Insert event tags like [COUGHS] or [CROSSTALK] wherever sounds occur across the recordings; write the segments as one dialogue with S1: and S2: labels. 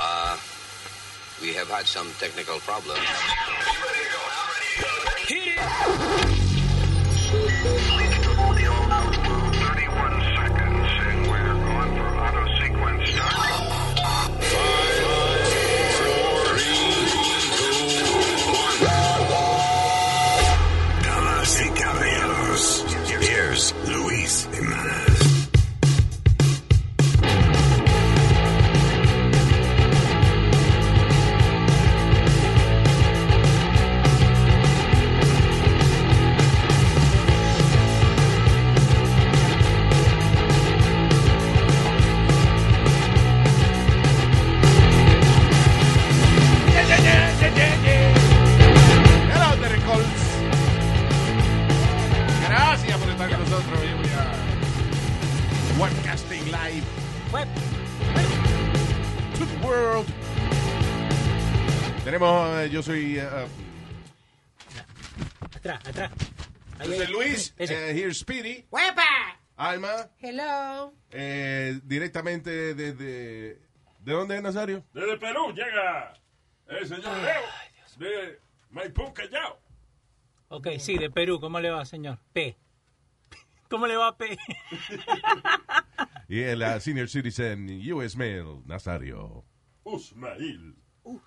S1: Uh, we have had some technical problems.
S2: Hit it!
S3: Damas y caballeros, here's Luis Jimenez.
S4: Hello, Terry Colts. Gracias por estar con nosotros. Hoy a Webcasting Live. Web. To the world. Tenemos, eh, yo soy eh,
S5: Atrás, atrás. Ahí,
S4: José
S5: ahí.
S4: Luis,
S5: Ese.
S4: eh, here Speedy,
S6: ¡Huepa!
S4: Alma,
S6: Hello.
S4: eh, directamente desde... ¿De dónde es Nazario?
S7: Desde Perú llega el señor Leo de Maipú, Callao.
S5: Ok, sí, de Perú. ¿Cómo le va, señor? P. ¿Cómo le va, [LAUGHS] P?
S4: Y el ah, Senior Citizen US Mail, Nazario.
S7: Usmail,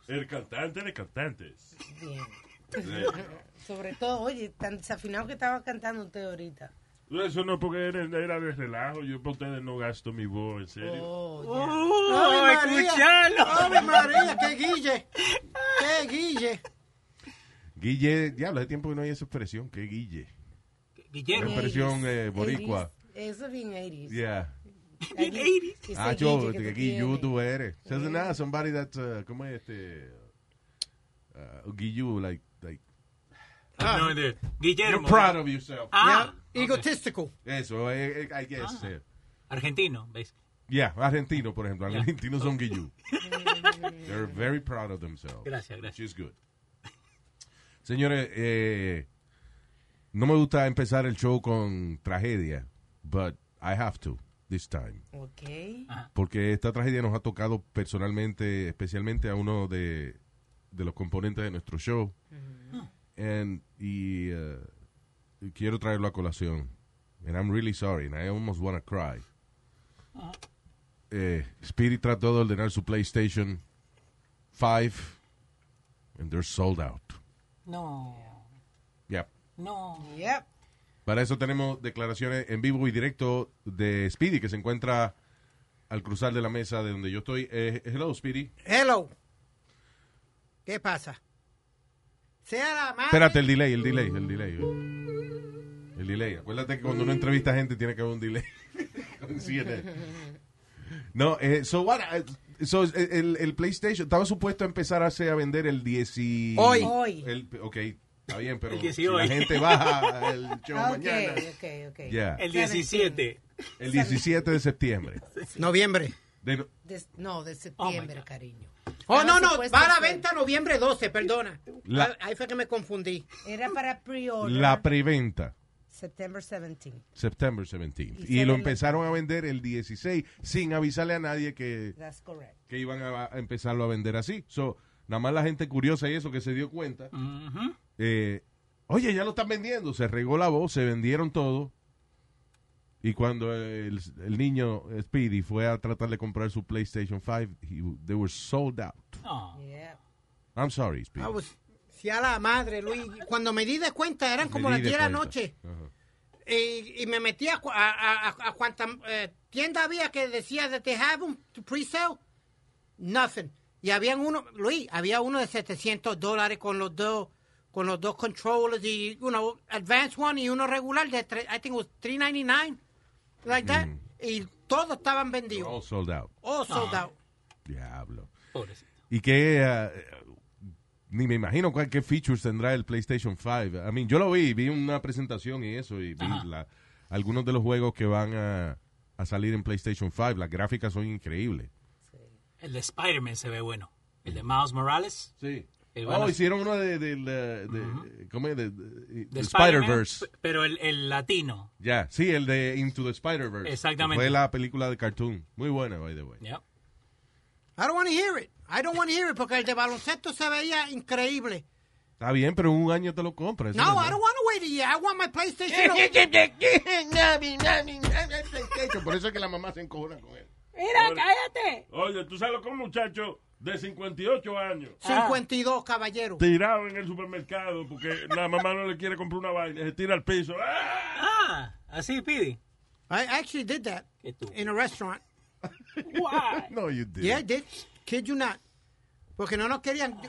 S7: el cantante de cantantes.
S6: Bien. Sobre todo, oye, tan desafinado que estaba cantando usted ahorita.
S7: Eso no porque era, era de relajo, yo por ustedes no gasto mi voz, en serio.
S5: ¡Oh, escuchalo!
S8: ¡Ave María! ¡Qué guille! ¡Qué guille!
S4: Guille, diablo, hace tiempo que no hay esa expresión, que Guille. Una
S5: Guillermo.
S4: expresión eh, boricua.
S6: 80s. Eso es bien 80s.
S4: Yeah.
S6: Allí, ese
S4: Ah, yo,
S6: guille
S4: que
S6: que tú
S4: aquí you
S6: tienes.
S4: tú eres. Says nada, somebody that's, uh, ¿cómo es este? Uh, Guillú, like, like,
S5: No, de- Guillermo.
S4: you're proud of yourself.
S5: Ah,
S8: Egotistical.
S4: Eso, eh, eh, I guess. eh,
S5: argentino, ¿ves?
S4: yeah, argentino, por ejemplo. Argentinos
S5: [LAUGHS]
S4: son Guillú. They're very proud of themselves.
S5: Gracias, gracias.
S4: Which is good. Señores, eh, no me gusta empezar el show con tragedia, but I have to this time.
S6: Ok.
S4: porque esta tragedia nos ha tocado personalmente, especialmente a uno de, de los componentes de nuestro show. And- y eh, quiero traerlo a colación. And I'm really sorry, and I almost wanna cry. Eh, Spirit trató de ordenar su PlayStation 5, and they're sold out.
S5: No,
S4: Yep.
S5: no.
S6: Yep.
S4: Para eso tenemos declaraciones en vivo y directo de Speedy, que se encuentra al cruzar de la mesa de donde yo estoy. Eh, hello, Speedy.
S8: Hello. ¿Qué pasa? Sea la madre.
S4: Espérate, el delay, el delay, el delay. El delay. Acuérdate que cuando uno entrevista a gente tiene que haber un delay. [LAUGHS] Con CNN. No, eh, so what, eh, so el, el PlayStation estaba supuesto a empezar a, hacer- a vender el 10 y-
S8: Hoy.
S6: Hoy.
S4: El, ok, está bien, pero
S5: El 10 y
S4: si la
S5: hoy.
S4: gente baja
S5: [LAUGHS]
S4: el show
S6: Ah, Ok,
S4: mañana.
S6: ok, ok.
S4: Ya,
S5: El 17.
S4: el 17 de septiembre.
S8: Noviembre.
S4: De no-
S6: De- no, de
S5: Oh, my
S6: septiembre,
S5: God.
S6: cariño.
S8: Oh, no,
S6: Estaba
S8: no.
S6: supuesto
S8: Va a la
S6: ser-
S8: venta noviembre 12, perdona.
S4: La-
S8: Ah, Ahí fue que me confundí.
S6: Era para pre-order.
S4: la preventa.
S6: September 17.
S4: September 17th.
S6: Y
S4: Y,
S6: sale
S4: lo
S6: el-
S4: empezaron a vender el 16 sin avisarle a nadie que,
S6: That's correct.
S4: que iban a, a empezarlo a vender así. So, nada más la gente curiosa y eso que se dio cuenta.
S5: Ujú.
S4: eh, Oye, ya lo están vendiendo. Se regó la voz, se vendieron todo. Y cuando el, el niño Speedy fue a tratar de comprar su PlayStation 5, he- they were sold out.
S5: No. [LAUGHS]
S6: Yeah.
S4: I'm sorry, Speedy.
S8: Ah, pues, Sea la madre, Luis. Cuando me di de cuenta, eran como las 10 de la noche. Y, y me metí a, cu- a, a, a- a cuanta eh, tienda había que decía that they have un pre-sale. Nothing. Y habían uno, Luis, había uno de 700 dólares con los dos, con los dos controllers y uno advanced one y uno regular de, tre- I think it was 399, like that. Y todos estaban vendidos.
S4: All sold out.
S8: All sold out.
S4: Diablo.
S5: Pobrecito.
S4: Y que eh, ni me imagino cuál, qué features tendrá el PlayStation 5. I mean, yo lo vi, vi una presentación y eso, y vi la- algunos de los juegos que van a, a salir en PlayStation 5. Las gráficas son increíbles.
S5: Mm. El de Spider-Man se ve bueno. El de Miles Morales.
S4: Sí.
S5: Eh,
S4: Oh,
S5: van a-
S4: hicieron uno de, de, de- de- ¿cómo es? De- de-
S5: de
S4: de
S5: Spider-Man,
S4: Spider-Verse.
S5: p- Pero el, el latino.
S4: Ya, sí, el de Into the Spider-Verse.
S5: Exactamente.
S4: Fue la película de cartoon. Muy buena, by the way.
S5: ya
S8: I don't want to hear it. I don't want to hear it porque el de baloncesto se veía increíble.
S4: Está bien, pero en un año te lo compras. eso
S8: No,
S4: es
S8: I don't want to wait a year. I want my PlayStation. [LAUGHS]
S4: hecho, Por eso es que la mamá se encojona con él.
S2: Mira, cállate.
S7: Oye, tú sabes como un muchacho de 58 años
S8: 52, caballero.
S7: tirado en el supermercado porque la mamá no le quiere comprar una vaina, se tira al piso. ¡Ah!
S5: Ah, así, Pidi.
S8: I actually did that
S5: Qué estúpido.
S8: in a restaurant.
S2: Why?
S4: No, you did.
S8: Yeah, I did. Kid you not. Porque no nos querían. [LAUGHS]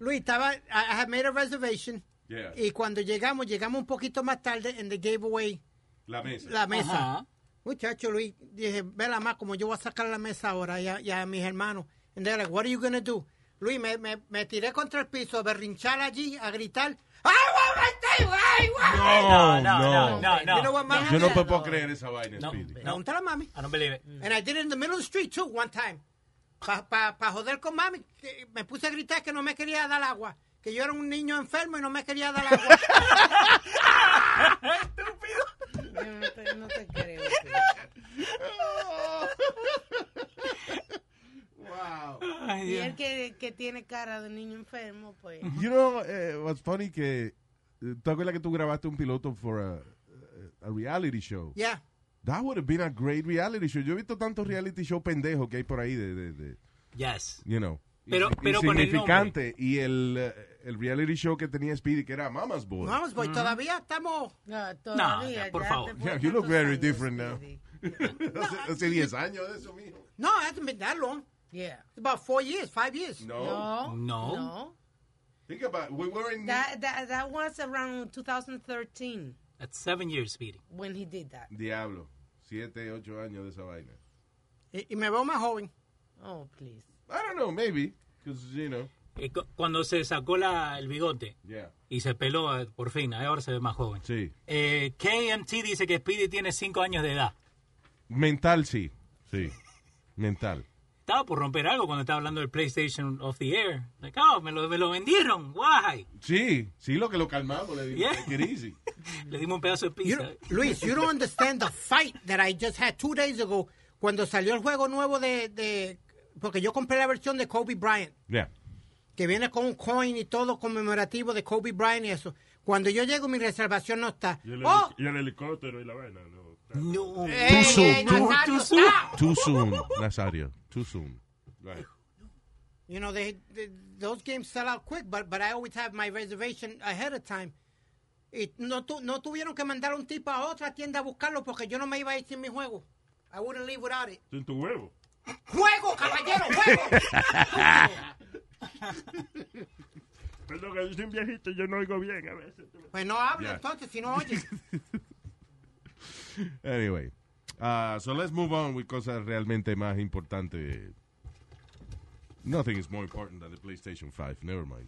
S8: Luis, estaba. I, I had made a reservation.
S4: Yeah.
S8: Y cuando llegamos, llegamos un poquito más tarde en the gave away
S4: La mesa.
S8: la mesa.
S5: Ajá.
S8: Muchacho Luis, dije, vela más, como yo voy a sacar la mesa ahora y a, y a mis hermanos. And they're like, what are you going to do? Luis, me, me, me tiré contra el piso a berrinchar allí, a gritar. ¡Ay, guau, guau, guau,
S5: No,
S8: guau!
S4: No,
S5: no, Oh, no, no,
S8: You know what,
S5: no.
S8: mami?
S4: Yo no puedo creer esa vaina,
S5: No.
S4: Speedy.
S8: Pregúntale a mami.
S5: I don't believe it.
S8: And I did it in the middle of the street, too, one time. Para pa, pa joder con mami, que me puse a gritar que no me quería dar agua. Que yo era un niño enfermo y no me quería dar agua.
S6: Yo no te, no te
S5: [LAUGHS]
S6: creo. tío.
S5: Ay,
S6: Y
S5: Dios.
S6: él que, que tiene cara de niño enfermo, pues.
S4: You know, eh, what's funny que eh, ¿Te acuerdas que tú grabaste un piloto for a, a reality show?
S8: yeah.
S4: That would have been a great reality show. Yo he visto tantos reality show pendejos que hay por ahí de, de, de
S5: Yes.
S4: you know.
S5: Pero-
S4: insi-
S5: pero con el
S4: insignificante. y el, eh, el reality show que tenía Speedy, que era Mama's Boy.
S8: Vamos, pues todavía estamos.
S6: No, todavía.
S5: no, por
S6: ya
S5: favor.
S6: te
S4: Yeah,
S6: fue
S4: you look
S6: tantos
S4: very
S6: años,
S4: different now.
S6: Speedy.
S4: [LAUGHS] hace, hace 10 años de eso, mijo.
S8: No, it hasn't been that long.
S6: Yeah.
S8: It's about four years, five years.
S6: No.
S5: No.
S6: No.
S4: Think about it. We were in...
S6: That, that, that was around 2013
S5: That's seven years, Speedy.
S6: when he did that.
S4: Diablo. 7, 8 años de esa vaina.
S8: Y, y me veo más joven.
S6: Oh, please.
S4: I don't know, maybe. Because, you know,
S5: Eh, cu- Cuando se sacó la, el bigote
S4: yeah.
S5: y se peló, eh, por fin, ahora se ve más joven.
S4: Sí.
S5: Eh, KMT dice que Speedy tiene cinco años de edad.
S4: Mental, sí. Sí. Mental.
S5: Estaba por romper algo cuando estaba hablando del PlayStation of the Air. Like, oh, me lo, me lo vendieron. Why?
S4: Sí. Sí, lo que lo calmamos. Le dimos,
S5: Yeah.
S4: "Take it easy.
S5: Le dimos un pedazo de
S8: You
S5: pizza.
S8: don't- Luis, you don't understand the fight that I just had two days ago cuando salió el juego nuevo de, de- Porque yo compré la versión de Kobe Bryant,
S4: Yeah.
S8: que viene con un coin y todo conmemorativo de Kobe Bryant y eso. Cuando yo llego, mi reservación no está.
S7: Y el,
S8: ¡Oh!
S7: y el helicóptero y la vaina. no.
S5: No.
S8: ¡Ey,
S4: Too soon.
S8: ey, Nazario,
S5: Too soon.
S8: stop!
S4: Too soon, Nazario. Too soon. Right.
S8: You know, they, they- those games sell out quick, but, but I always have my reservation ahead of time. Y no, tu, no tuvieron que mandar un tipo a otra tienda a buscarlo porque yo no me iba a ir sin mi juego. I wouldn't leave without it.
S7: Sin tu huevo.
S8: ¡Juego, caballero, juego! [LAUGHS]
S7: Perdón, que yo soy un viejito y yo no oigo bien a veces.
S8: Pues no habla
S4: Ya.
S8: entonces, si no oye.
S4: Anyway. Uh, so let's move on with cosas realmente más importantes. Nothing is more important than the PlayStation 5. Never mind.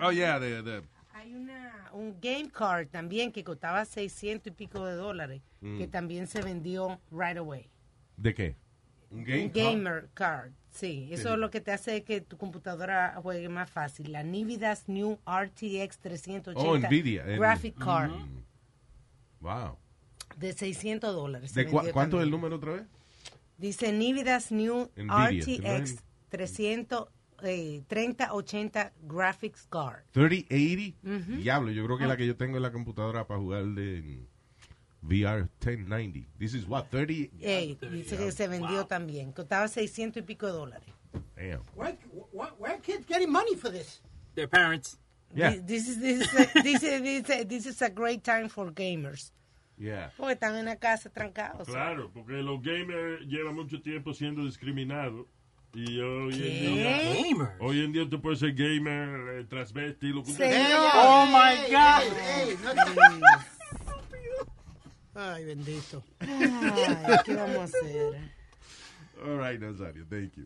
S4: Oh, yeah, the, the
S6: Hay una, un game card también que costaba 600 y pico de dólares, que también se vendió right away.
S4: ¿De qué? Un game.
S6: Un gamer card, sí. Eso es lo que te hace que tu computadora juegue más fácil. La Nvidia's New RTX 380
S4: Oh, Nvidia, el- Mm.
S6: Graphic Card
S4: Wow.
S6: de 600 dólares. se
S4: ¿De cua-
S6: vendió
S4: ¿Cuánto es el
S6: también.
S4: número otra vez?
S6: Dice Nvidia's New
S4: Nvidia, ¿te
S6: RTX
S4: imaginas?
S6: 300, eh, 3080 Graphics Card.
S4: 3080. Diablo, yo creo que la que yo tengo en la computadora para jugar de mm, en VR 1090. This is what, 30?
S6: Ey, dice que se vendió también. Costaba 600 y pico de dólares.
S4: Damn.
S8: Where, where, where kids getting money for this?
S5: Their parents.
S4: Yeah.
S6: This, is, this, [LAUGHS] is a, this, is, this, is, this is a great time for gamers.
S4: Yeah.
S6: Porque están en la casa trancados.
S7: Claro, porque los gamers llevan mucho tiempo siendo discriminados. Y hoy en día...
S6: ¿Qué?
S5: Gamer.
S7: Hoy en día tú puedes ser gamer, eh, transvesti, lo que tú
S6: Señor.
S5: Oh, my God.
S8: Hey, no- Ay, bendito.
S6: Ay, ¿qué vamos a hacer?
S4: All right, Nazario, thank you.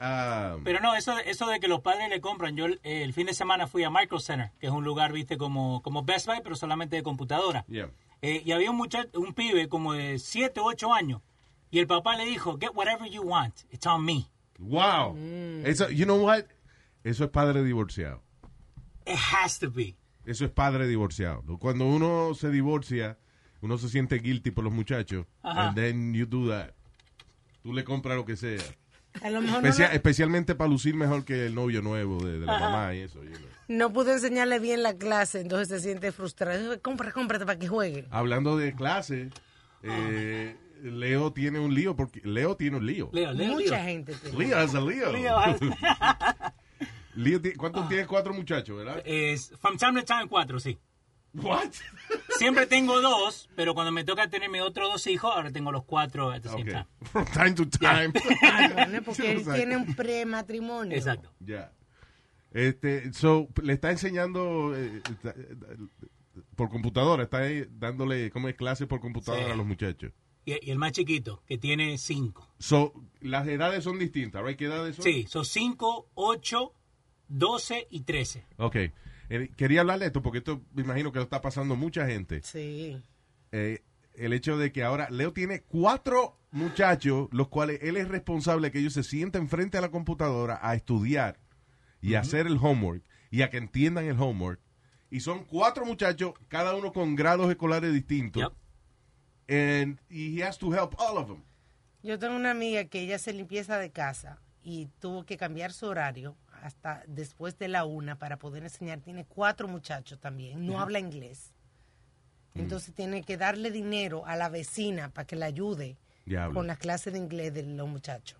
S4: Um,
S5: Pero no, eso, eso de que los padres le compran. Yo el, el fin de semana fui a Micro Center, que es un lugar, viste, como, como Best Buy, pero solamente de computadora.
S4: yeah.
S5: Eh, y había un muchacho, un pibe como de 7 o 8 años. Y el papá le dijo, get whatever you want, it's on me.
S4: Wow. Eso, you know what? Eso es padre divorciado.
S5: It has to be.
S4: Eso es padre divorciado. Cuando uno se divorcia, uno se siente guilty por los muchachos.
S5: Ajá.
S4: And then you do that. Tú le compras lo que sea.
S6: A lo mejor no,
S4: Especia- especialmente para lucir mejor que el novio nuevo de, de la mamá y eso. you know.
S6: no pudo enseñarle bien la clase, entonces se siente frustrado. Compra, cómprate para que juegue.
S4: Hablando de clase, eh, Leo tiene un lío porque Leo tiene un lío.
S5: Leo, Leo,
S6: Mucha
S5: Leo.
S6: gente
S4: [LAUGHS]
S6: tiene.
S4: Leo es a Leo.
S5: Leo
S6: [LAUGHS]
S5: has-
S4: [LAUGHS] Leo tiene- ¿Cuántos
S6: Ah.
S4: tienes? Cuatro muchachos, ¿verdad?
S6: Eh,
S5: es, from time to time, cuatro, sí.
S4: What?
S5: Siempre tengo dos, pero cuando me toca tener mis otros dos hijos, ahora tengo los cuatro at the same
S4: Okay.
S5: time.
S4: [LAUGHS] From time to time.
S6: [LAUGHS] Ah,
S4: [LAUGHS]
S6: bueno, porque él
S4: Exacto.
S6: tiene un prematrimonio.
S5: Exacto.
S4: Ya. Este, so, le está enseñando eh, está- por computadora, está ahí dándole como es clase por computadora
S5: Sí.
S4: a los muchachos.
S5: Y, y el más chiquito, que tiene cinco.
S4: So, las edades son distintas, ¿right? ¿Qué edades son?
S5: Sí, son cinco, ocho, doce y trece.
S4: Ok. Eh, quería hablar de esto porque esto me imagino que lo está pasando mucha gente.
S6: Sí.
S4: Eh, el hecho de que ahora Leo tiene cuatro muchachos, los cuales él es responsable que ellos se sienten frente a la computadora a estudiar y a hacer el homework y a que entiendan el homework. Y son cuatro muchachos, cada uno con grados escolares distintos.
S5: Yep.
S4: And he has to help all of them.
S6: Yo tengo una amiga que ella se limpieza de casa y tuvo que cambiar su horario hasta después de la una para poder enseñar. Tiene cuatro muchachos también, no habla inglés.
S4: Mm.
S6: Entonces tiene que darle dinero a la vecina para que la ayude
S4: Diablo.
S6: con las clases de inglés de los muchachos.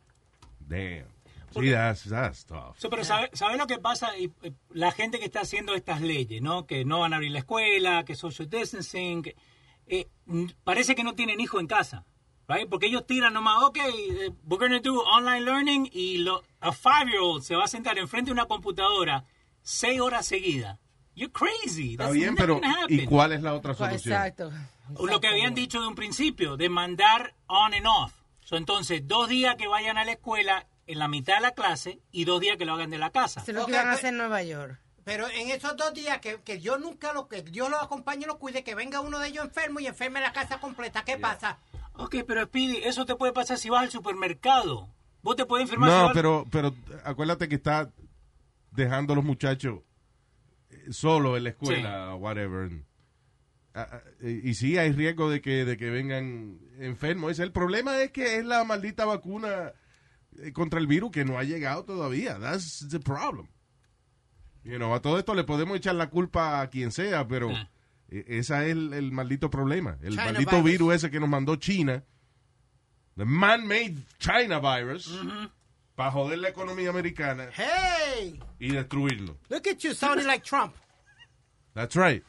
S4: Damn. Sí,
S5: Porque-
S4: that's, that's tough.
S5: So, pero ¿sabes sabe lo que pasa? Y, eh, la gente que está haciendo estas leyes, ¿no? Que no van a abrir la escuela, que social distancing. que- eh, n- parece que no tienen hijos en casa, right? Porque ellos tiran nomás, ok, eh, we're going to do online learning y lo, a five-year-old se va a sentar enfrente de una computadora seis horas seguidas. You're crazy.
S4: Está
S5: That's
S4: bien,
S5: never
S4: pero
S5: gonna happen.
S4: ¿y cuál es la otra solución?
S6: Exacto.
S5: O lo que habían dicho de un principio, de mandar on and off. So, entonces, dos días que vayan a la escuela en la mitad de la clase y dos días que lo hagan de la casa.
S6: Se lo que
S8: Ok,
S6: iban a
S8: pues-
S6: hacer en Nueva York.
S8: Pero en esos dos días que, que yo nunca lo que Dios los acompañe y los cuide, que venga uno de ellos enfermo y enferme la casa completa, ¿qué pasa?
S5: Ok, pero Speedy, eso te puede pasar si vas al supermercado. Vos te puedes enfermar si
S4: No,
S5: vas-
S4: pero, pero acuérdate que está dejando a los muchachos eh, solos en la escuela, whatever. Ah, ah, Y, y sí, hay riesgo de que, de que vengan enfermos. Ese- El problema es que es la maldita vacuna eh, contra el virus que no ha llegado todavía. That's the problem. You know, a todo esto le podemos echar la culpa a quien sea, pero
S5: Ah.
S4: eh, esa es el, el maldito problema. El
S8: Mm. China
S4: maldito
S8: virus.
S4: virus ese que nos mandó China. The man-made China virus para joder la economía americana
S8: Hey,
S4: y destruirlo.
S8: look at you sounding like Trump.
S4: That's right.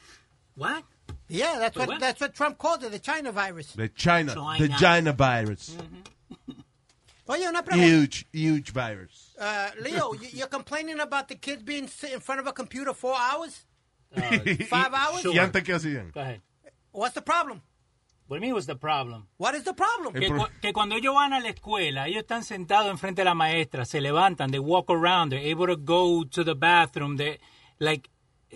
S5: What?
S8: Yeah, that's
S5: Wait,
S8: what,
S5: what?
S8: that's what Trump called it, the China virus.
S4: The China,
S5: China.
S4: the China virus.
S8: Oye, una pregunta.
S4: Huge, huge virus.
S8: Uh, Leo, you- you're complaining about the kids being sit in front of a computer four hours? Five hours?
S4: ¿Y antes qué hacían?
S5: Go ahead.
S8: What's the problem?
S5: What do you mean was the problem?
S8: What is the problem?
S4: El
S5: Que,
S4: pro-
S5: cu- que cuando ellos van a la escuela, ellos están sentados enfrente de la maestra, se levantan, they walk around, they're able to go to the bathroom, they, like,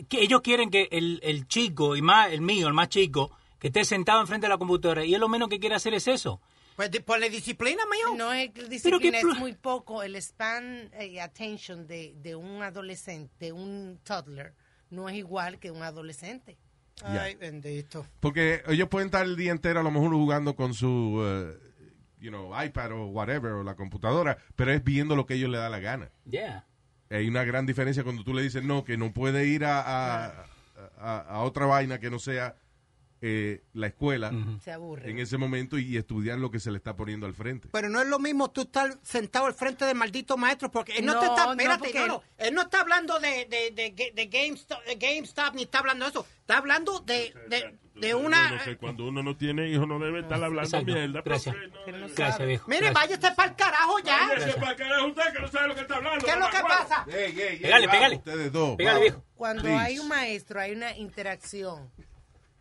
S5: que ellos quieren que el, el chico, y más el mío, el más chico, que esté sentado enfrente de la computadora, y él lo menos que quiere hacer es eso.
S8: Pues di- ponle disciplina, mijo.
S6: No es
S5: Pero qué
S6: disciplina,
S5: pro-
S6: es muy poco. El span eh, attention de, de un adolescente, de un toddler, no es igual que un adolescente.
S8: Ay, bendito.
S4: Porque ellos pueden estar el día entero a lo mejor jugando con su eh, you know, iPad o whatever, o la computadora, pero es viendo lo que ellos le da la gana.
S5: Yeah.
S4: Hay una gran diferencia cuando tú le dices no, que no puede ir a, a, a- a otra vaina que no sea eh, la escuela
S6: Se aburre.
S4: en ese momento y estudiar lo que se le está poniendo al frente.
S8: Pero no es lo mismo tú estar sentado al frente del maldito maestro porque él no,
S6: No,
S8: te está...
S6: no,
S8: Espérate,
S6: porque
S8: no, no, Él no está hablando de, de, de, de, GameStop, de GameStop ni está hablando de eso. Está hablando de, de, de una... Ah,
S7: Bueno, que cuando uno no tiene hijos no debe estar hablando
S5: Exacto.
S7: mierda.
S5: Gracias.
S7: porque no-
S5: Gracias, viejo.
S8: Mire,
S5: Gracias.
S8: váyase para el carajo ya.
S7: Cállese pa' carajo usted que no sabe lo que está hablando.
S8: ¿Qué es lo que
S7: mamacuevo.
S8: pasa?
S4: Hey, hey, hey,
S5: Pégale,
S4: vamos,
S5: pégale.
S4: Ustedes dos.
S5: Pégale,
S4: vamos.
S5: viejo.
S6: Cuando
S4: Please.
S6: hay un maestro, hay una interacción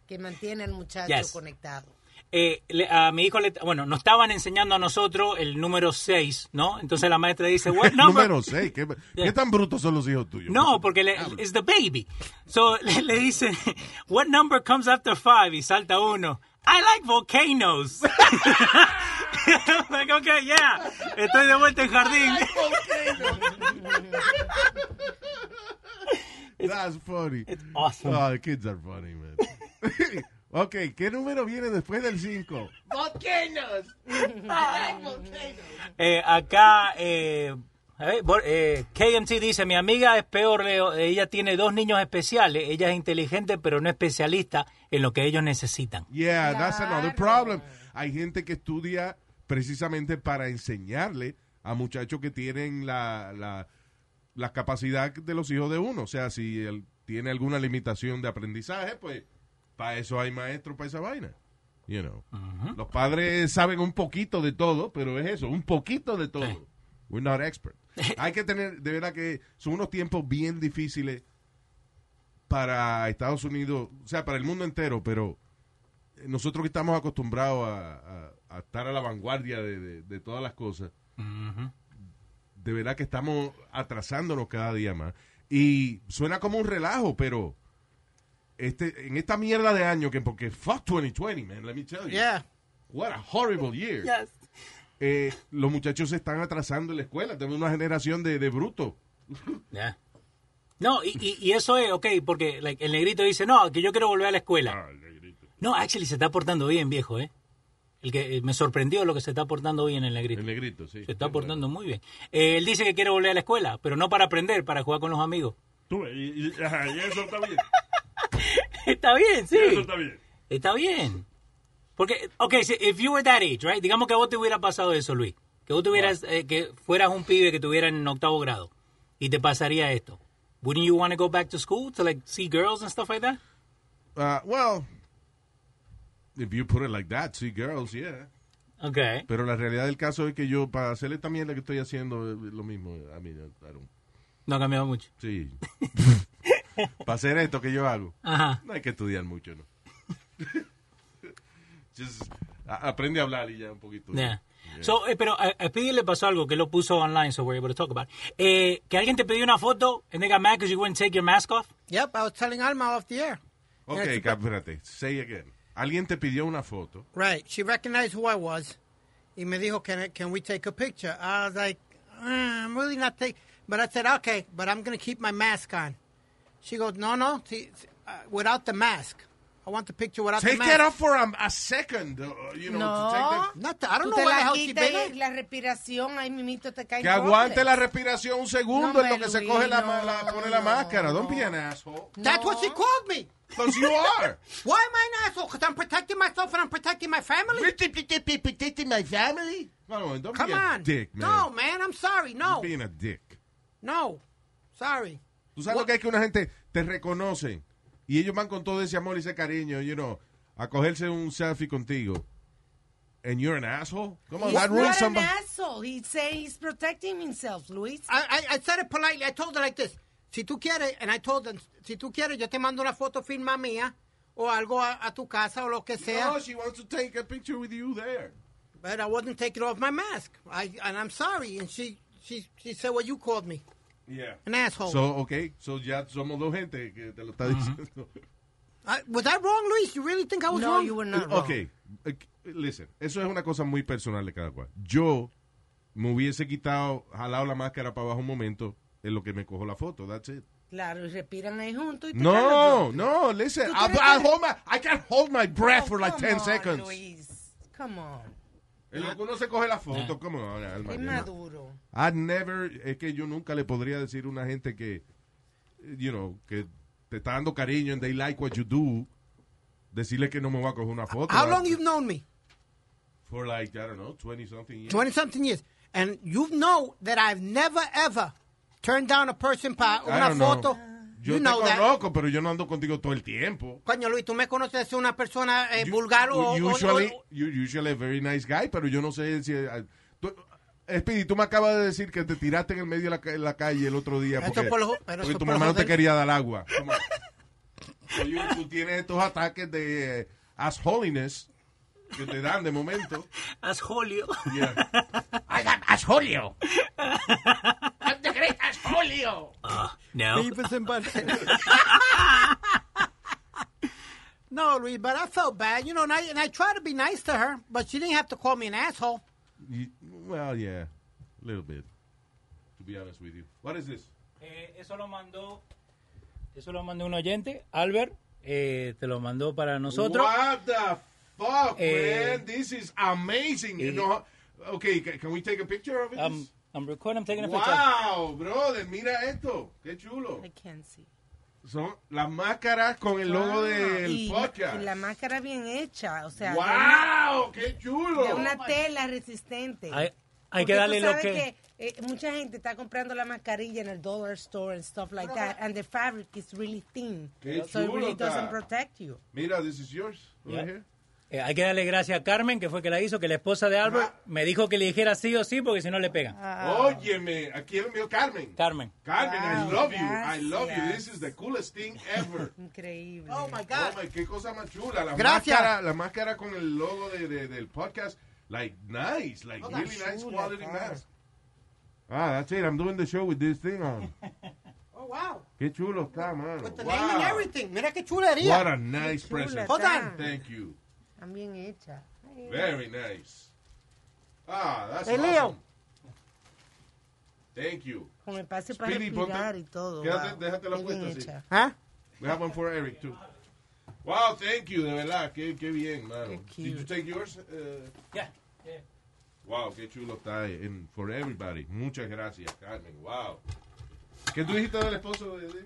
S6: que mantiene al muchacho
S5: Yes.
S6: conectado.
S5: Eh, le- a mi hijo le, bueno, nos estaban enseñando a nosotros el número 6, ¿no? Entonces la maestra dice,
S4: [LAUGHS]
S5: "What number?"
S4: Número 6. ¿Qué, qué tan brutos son los hijos tuyos?
S5: pues- No, porque le,
S4: Diablo.
S5: [LAUGHS] it's the baby. So le, le dice, "What number comes after five? Y salta uno. I like volcanoes. [LAUGHS] I'm like, okay, yeah. Estoy de vuelta en jardín.
S4: That's funny.
S5: pues, It's awesome.
S4: Oh, the kids are funny, man. [LAUGHS] ok, ¿qué número viene después del 5?
S5: Eh, acá, eh, a ver, bo- eh, KMT dice, mi amiga es peor, Leo. Ella tiene dos niños especiales. Ella es inteligente, pero no especialista en lo que ellos necesitan.
S4: Yeah, that's another
S6: Claro.
S4: problem. Hay gente que estudia precisamente para enseñarle a muchachos que tienen la, la, la capacidad de los hijos de uno. O sea, si él tiene alguna limitación de aprendizaje, pues para eso hay maestros, para esa vaina. You know. Los padres saben un poquito de todo, pero es eso, un poquito de todo.
S5: Sí.
S4: We're not experts. hay que tener, de verdad que son unos tiempos bien difíciles para Estados Unidos, o sea, para el mundo entero, pero nosotros que estamos acostumbrados a, a- a estar a la vanguardia de, de- de todas las cosas, de verdad que estamos atrasándonos cada día más. Y suena como un relajo, pero este, en esta mierda de año, que porque fuck 2020, man, let me tell you.
S8: Yeah.
S4: What a horrible year.
S2: Yes.
S4: Eh, los muchachos se están atrasando en la escuela, tenemos una generación de, de brutos.
S5: Yeah. No, y, y- y eso es, ok, porque like, el negrito dice, no, que yo quiero volver a la escuela.
S7: Ah, el negrito.
S5: No, actually se está portando bien, viejo, ¿eh? El que, eh, me sorprendió lo que se está portando bien el negrito.
S4: El negrito, sí.
S5: Se está portando muy bien. Eh, él dice que quiere volver a la escuela, pero no para aprender, para jugar con los amigos. [LAUGHS]
S7: Tú, ves, y, y- ajá, y eso está bien.
S5: está bien, sí.
S7: Eso está bien.
S5: Está bien. Porque, ok, si, if you were that age, right? Digamos que a vos te hubiera pasado eso, Luis. Que vos tuvieras, eh, que fueras un pibe que tuviera en octavo grado. Y te pasaría esto. Wouldn't you want to go back to school to, like, see girls and stuff like that?
S4: Uh, well, if you put it like that, see girls, yeah.
S5: Okay.
S4: Pero la realidad del caso es que yo, para hacerle también lo que estoy haciendo, eh, lo mismo. A mí, I don't-
S5: No ha cambiado mucho.
S4: sí. [LAUGHS] para hacer esto que yo hago,
S5: Ajá.
S4: no hay que estudiar mucho, ¿no? [LAUGHS] Just, a- aprende a hablar y ya un poquito.
S5: Yeah. So, eh, pero a, a Speedy le pasó algo que lo puso online, so we're able to talk about it. Eh, que alguien te pidió una foto and they got mad because you wouldn't take your mask off.
S8: Yep, I was telling Alma off the air.
S4: Ok, cap- espérate. Say again. Alguien te pidió una foto.
S8: Right. She recognized who I was. Y me dijo, can, I, can we take a picture? I was like, "Uh, I'm really not taking. But I said, okay, but I'm going to keep my mask on. She goes, no, no, t- t- uh, without the mask. I want the picture without the
S4: Take
S8: mask.
S4: it off for a, a second, uh, you know,
S6: No.
S4: to take the-
S8: Not the- I don't
S6: Tú
S8: know
S6: te
S8: why the
S6: la
S8: hell she
S6: quitas
S8: did
S6: y
S8: it.
S6: la respiración, ahí mimito te cae.
S4: Que
S6: corte.
S4: aguante la respiración un segundo
S6: No,
S4: en lo que se
S6: Melvin,
S4: coge la, ma-
S6: no,
S4: la- pone la
S6: no,
S4: máscara. Don't
S6: no.
S4: be an asshole.
S8: That's what she called me.
S4: Because you are.
S8: Why am I an asshole? Because I'm protecting myself and I'm protecting my family.
S4: protecting my family? No, don't
S8: Come
S4: be a
S8: on.
S4: dick, man.
S8: No, man, I'm sorry. No,
S4: Being a dick.
S8: no. Sorry.
S4: Tú sabes lo que es que una gente te reconoce y ellos van con todo ese amor y ese cariño, you know, a cogerse un selfie contigo. And you're an asshole? Come on,
S6: He's
S4: that
S6: not
S4: ruins
S6: an
S4: somebody. Ah,
S6: asshole. He say he's protecting himself, Luis.
S8: I, I, I said it politely. I told her like this. Si tú quieres, and I told them, si tú quieres, yo te mando una foto firma mía o algo a, a tu casa o lo que sea.
S4: No, she wants to take a picture with you there.
S8: But I wasn't taking off my mask. I and I'm sorry. And she she she said what you called me,
S4: Yeah.
S8: an asshole.
S4: So, okay, so ya somos dos gente que te lo está diciendo.
S8: I, was I wrong, Luis? You really think I
S6: [LAUGHS]
S8: was
S6: No,
S8: wrong?
S6: you were not wrong.
S4: Ok, eh, listen, eso es una cosa muy personal de cada cual. Yo me hubiese quitado, jalado la máscara para abajo un momento en lo que me cojo la foto, that's it.
S6: Claro, y respiran ahí juntos. y te caen los
S4: No,
S6: dos.
S4: no, listen,
S6: ¿Tú
S4: I,
S6: crees
S4: I
S6: que-
S4: hold my, I can't hold my breath
S6: Oh,
S4: for like
S6: come
S4: 10
S6: on,
S4: seconds.
S6: Luis. Come on.
S4: En lo que uno se coge la foto, come on, Alma,
S6: Es
S4: you know.
S6: maduro.
S4: I never, es que yo nunca le podría decir a una gente que, you know, que te está dando cariño and they like what you do, decirle que no me voy a coger una foto.
S8: How
S4: I-
S8: long you've known me?
S4: For like, I don't know, 20 something years.
S8: Twenty something years, and you know that I've never ever turned down a person para
S4: I
S8: una
S4: don't know.
S8: foto.
S4: Yo
S8: you
S4: te
S8: know that.
S4: conozco, pero yo no ando contigo todo el tiempo.
S8: Coño, Luis, tú me conoces de una persona eh,
S4: You-
S8: vulgar o,
S4: you
S8: o-
S4: usually,
S8: o-
S4: you usually a very nice guy, pero yo no sé si... eh, tú- Speedy, tú me acabas de decir que te tiraste en el medio de la, ca- la calle el otro día
S8: Eso
S4: porque,
S8: por lo- pero
S4: porque
S8: eso
S4: tu
S8: por
S4: mamá
S8: lo
S4: no te
S8: del-
S4: quería dar
S8: [LAUGHS]
S4: agua. Come on. So you- tú tienes estos ataques de eh, assholiness que te dan de momento.
S5: As jolio.
S4: Yeah.
S5: No.
S8: Leave us in bed. No, Luis, but I felt bad, you know, and I, and I tried to be nice to her, but she didn't have to call me an asshole.
S4: You- well, yeah, a little bit. To be honest with you. What is this?
S5: Eh, eso lo mandó. Eso lo mandó un oyente, Albert. eh, te lo mandó para nosotros.
S4: What the fuck,
S5: Eh,
S4: man? This is amazing. You
S5: eh, um,
S4: know, okay, ca- can we take a picture of it?
S5: I'm, I'm recording, I'm taking a picture.
S4: wow, brother, mira esto. Qué chulo.
S6: I can't see.
S4: Son las máscaras con el logo
S6: Ah,
S4: del
S6: y-
S4: podcast.
S6: y la máscara bien hecha, o sea,
S4: ¡Wow! ¡Qué
S6: de
S4: chulo!
S6: una, de una tela resistente.
S5: Hay, hay
S6: Porque
S5: que
S6: tú
S5: darle lo
S6: sabes
S5: que.
S6: eh, mucha gente está comprando la mascarilla en el dollar store and stuff like that, and the fabric is really thin,
S4: Qué
S6: so it
S4: chulo
S6: really
S4: está.
S6: doesn't protect you.
S4: Mira, this is yours. Right
S5: Yeah.
S4: here.
S5: eh, hay que darle gracias a Carmen, que fue que la hizo, que la esposa de Albert me dijo que le dijera sí o sí, porque si no le pegan.
S4: Ah. Óyeme, aquí el mío Carmen.
S5: Carmen.
S4: Carmen, I
S6: Wow,
S4: love you. I love you.
S6: gracias.
S4: This is the coolest thing
S6: [LAUGHS]
S4: ever.
S6: Increíble.
S8: Oh, my
S4: Oh
S8: God.
S4: my, qué cosa más chula. La
S8: Gracias.
S4: máscara, la máscara con el logo de, de- del podcast. Like nice, like
S6: Toda
S4: really nice
S6: chula,
S4: quality
S6: claro.
S4: mask. Ah, that's it. I'm doing the show with this thing on.
S8: Oh, wow.
S4: Qué chulo está, mano.
S8: With the
S4: Wow.
S8: name and everything. Mira qué chulería.
S4: What a nice
S6: Qué chula
S4: present.
S8: Hold
S6: está.
S8: on.
S4: Thank you.
S6: Están bien hechas. Ay,
S4: Very nice. Ah, that's
S8: Hey,
S4: awesome.
S8: Leo.
S4: Thank you.
S6: Con espacio para
S4: Speedy, ponte-
S6: respirar y todo.
S4: Quédate-
S6: wow.
S4: déjatela
S6: Qué bien
S4: puesta así.
S6: hecha.
S8: ¿Ah?
S4: We have one for Eric too. Wow, thank you, de verdad. Qué, qué bien, mano.
S6: Qué cute.
S4: Did you take yours? Uh,
S5: Yeah, yeah.
S4: Wow, qué chulo está. eh, And for everybody. Muchas gracias, Carmen. Wow. ¿Qué tú dijiste del esposo de, de-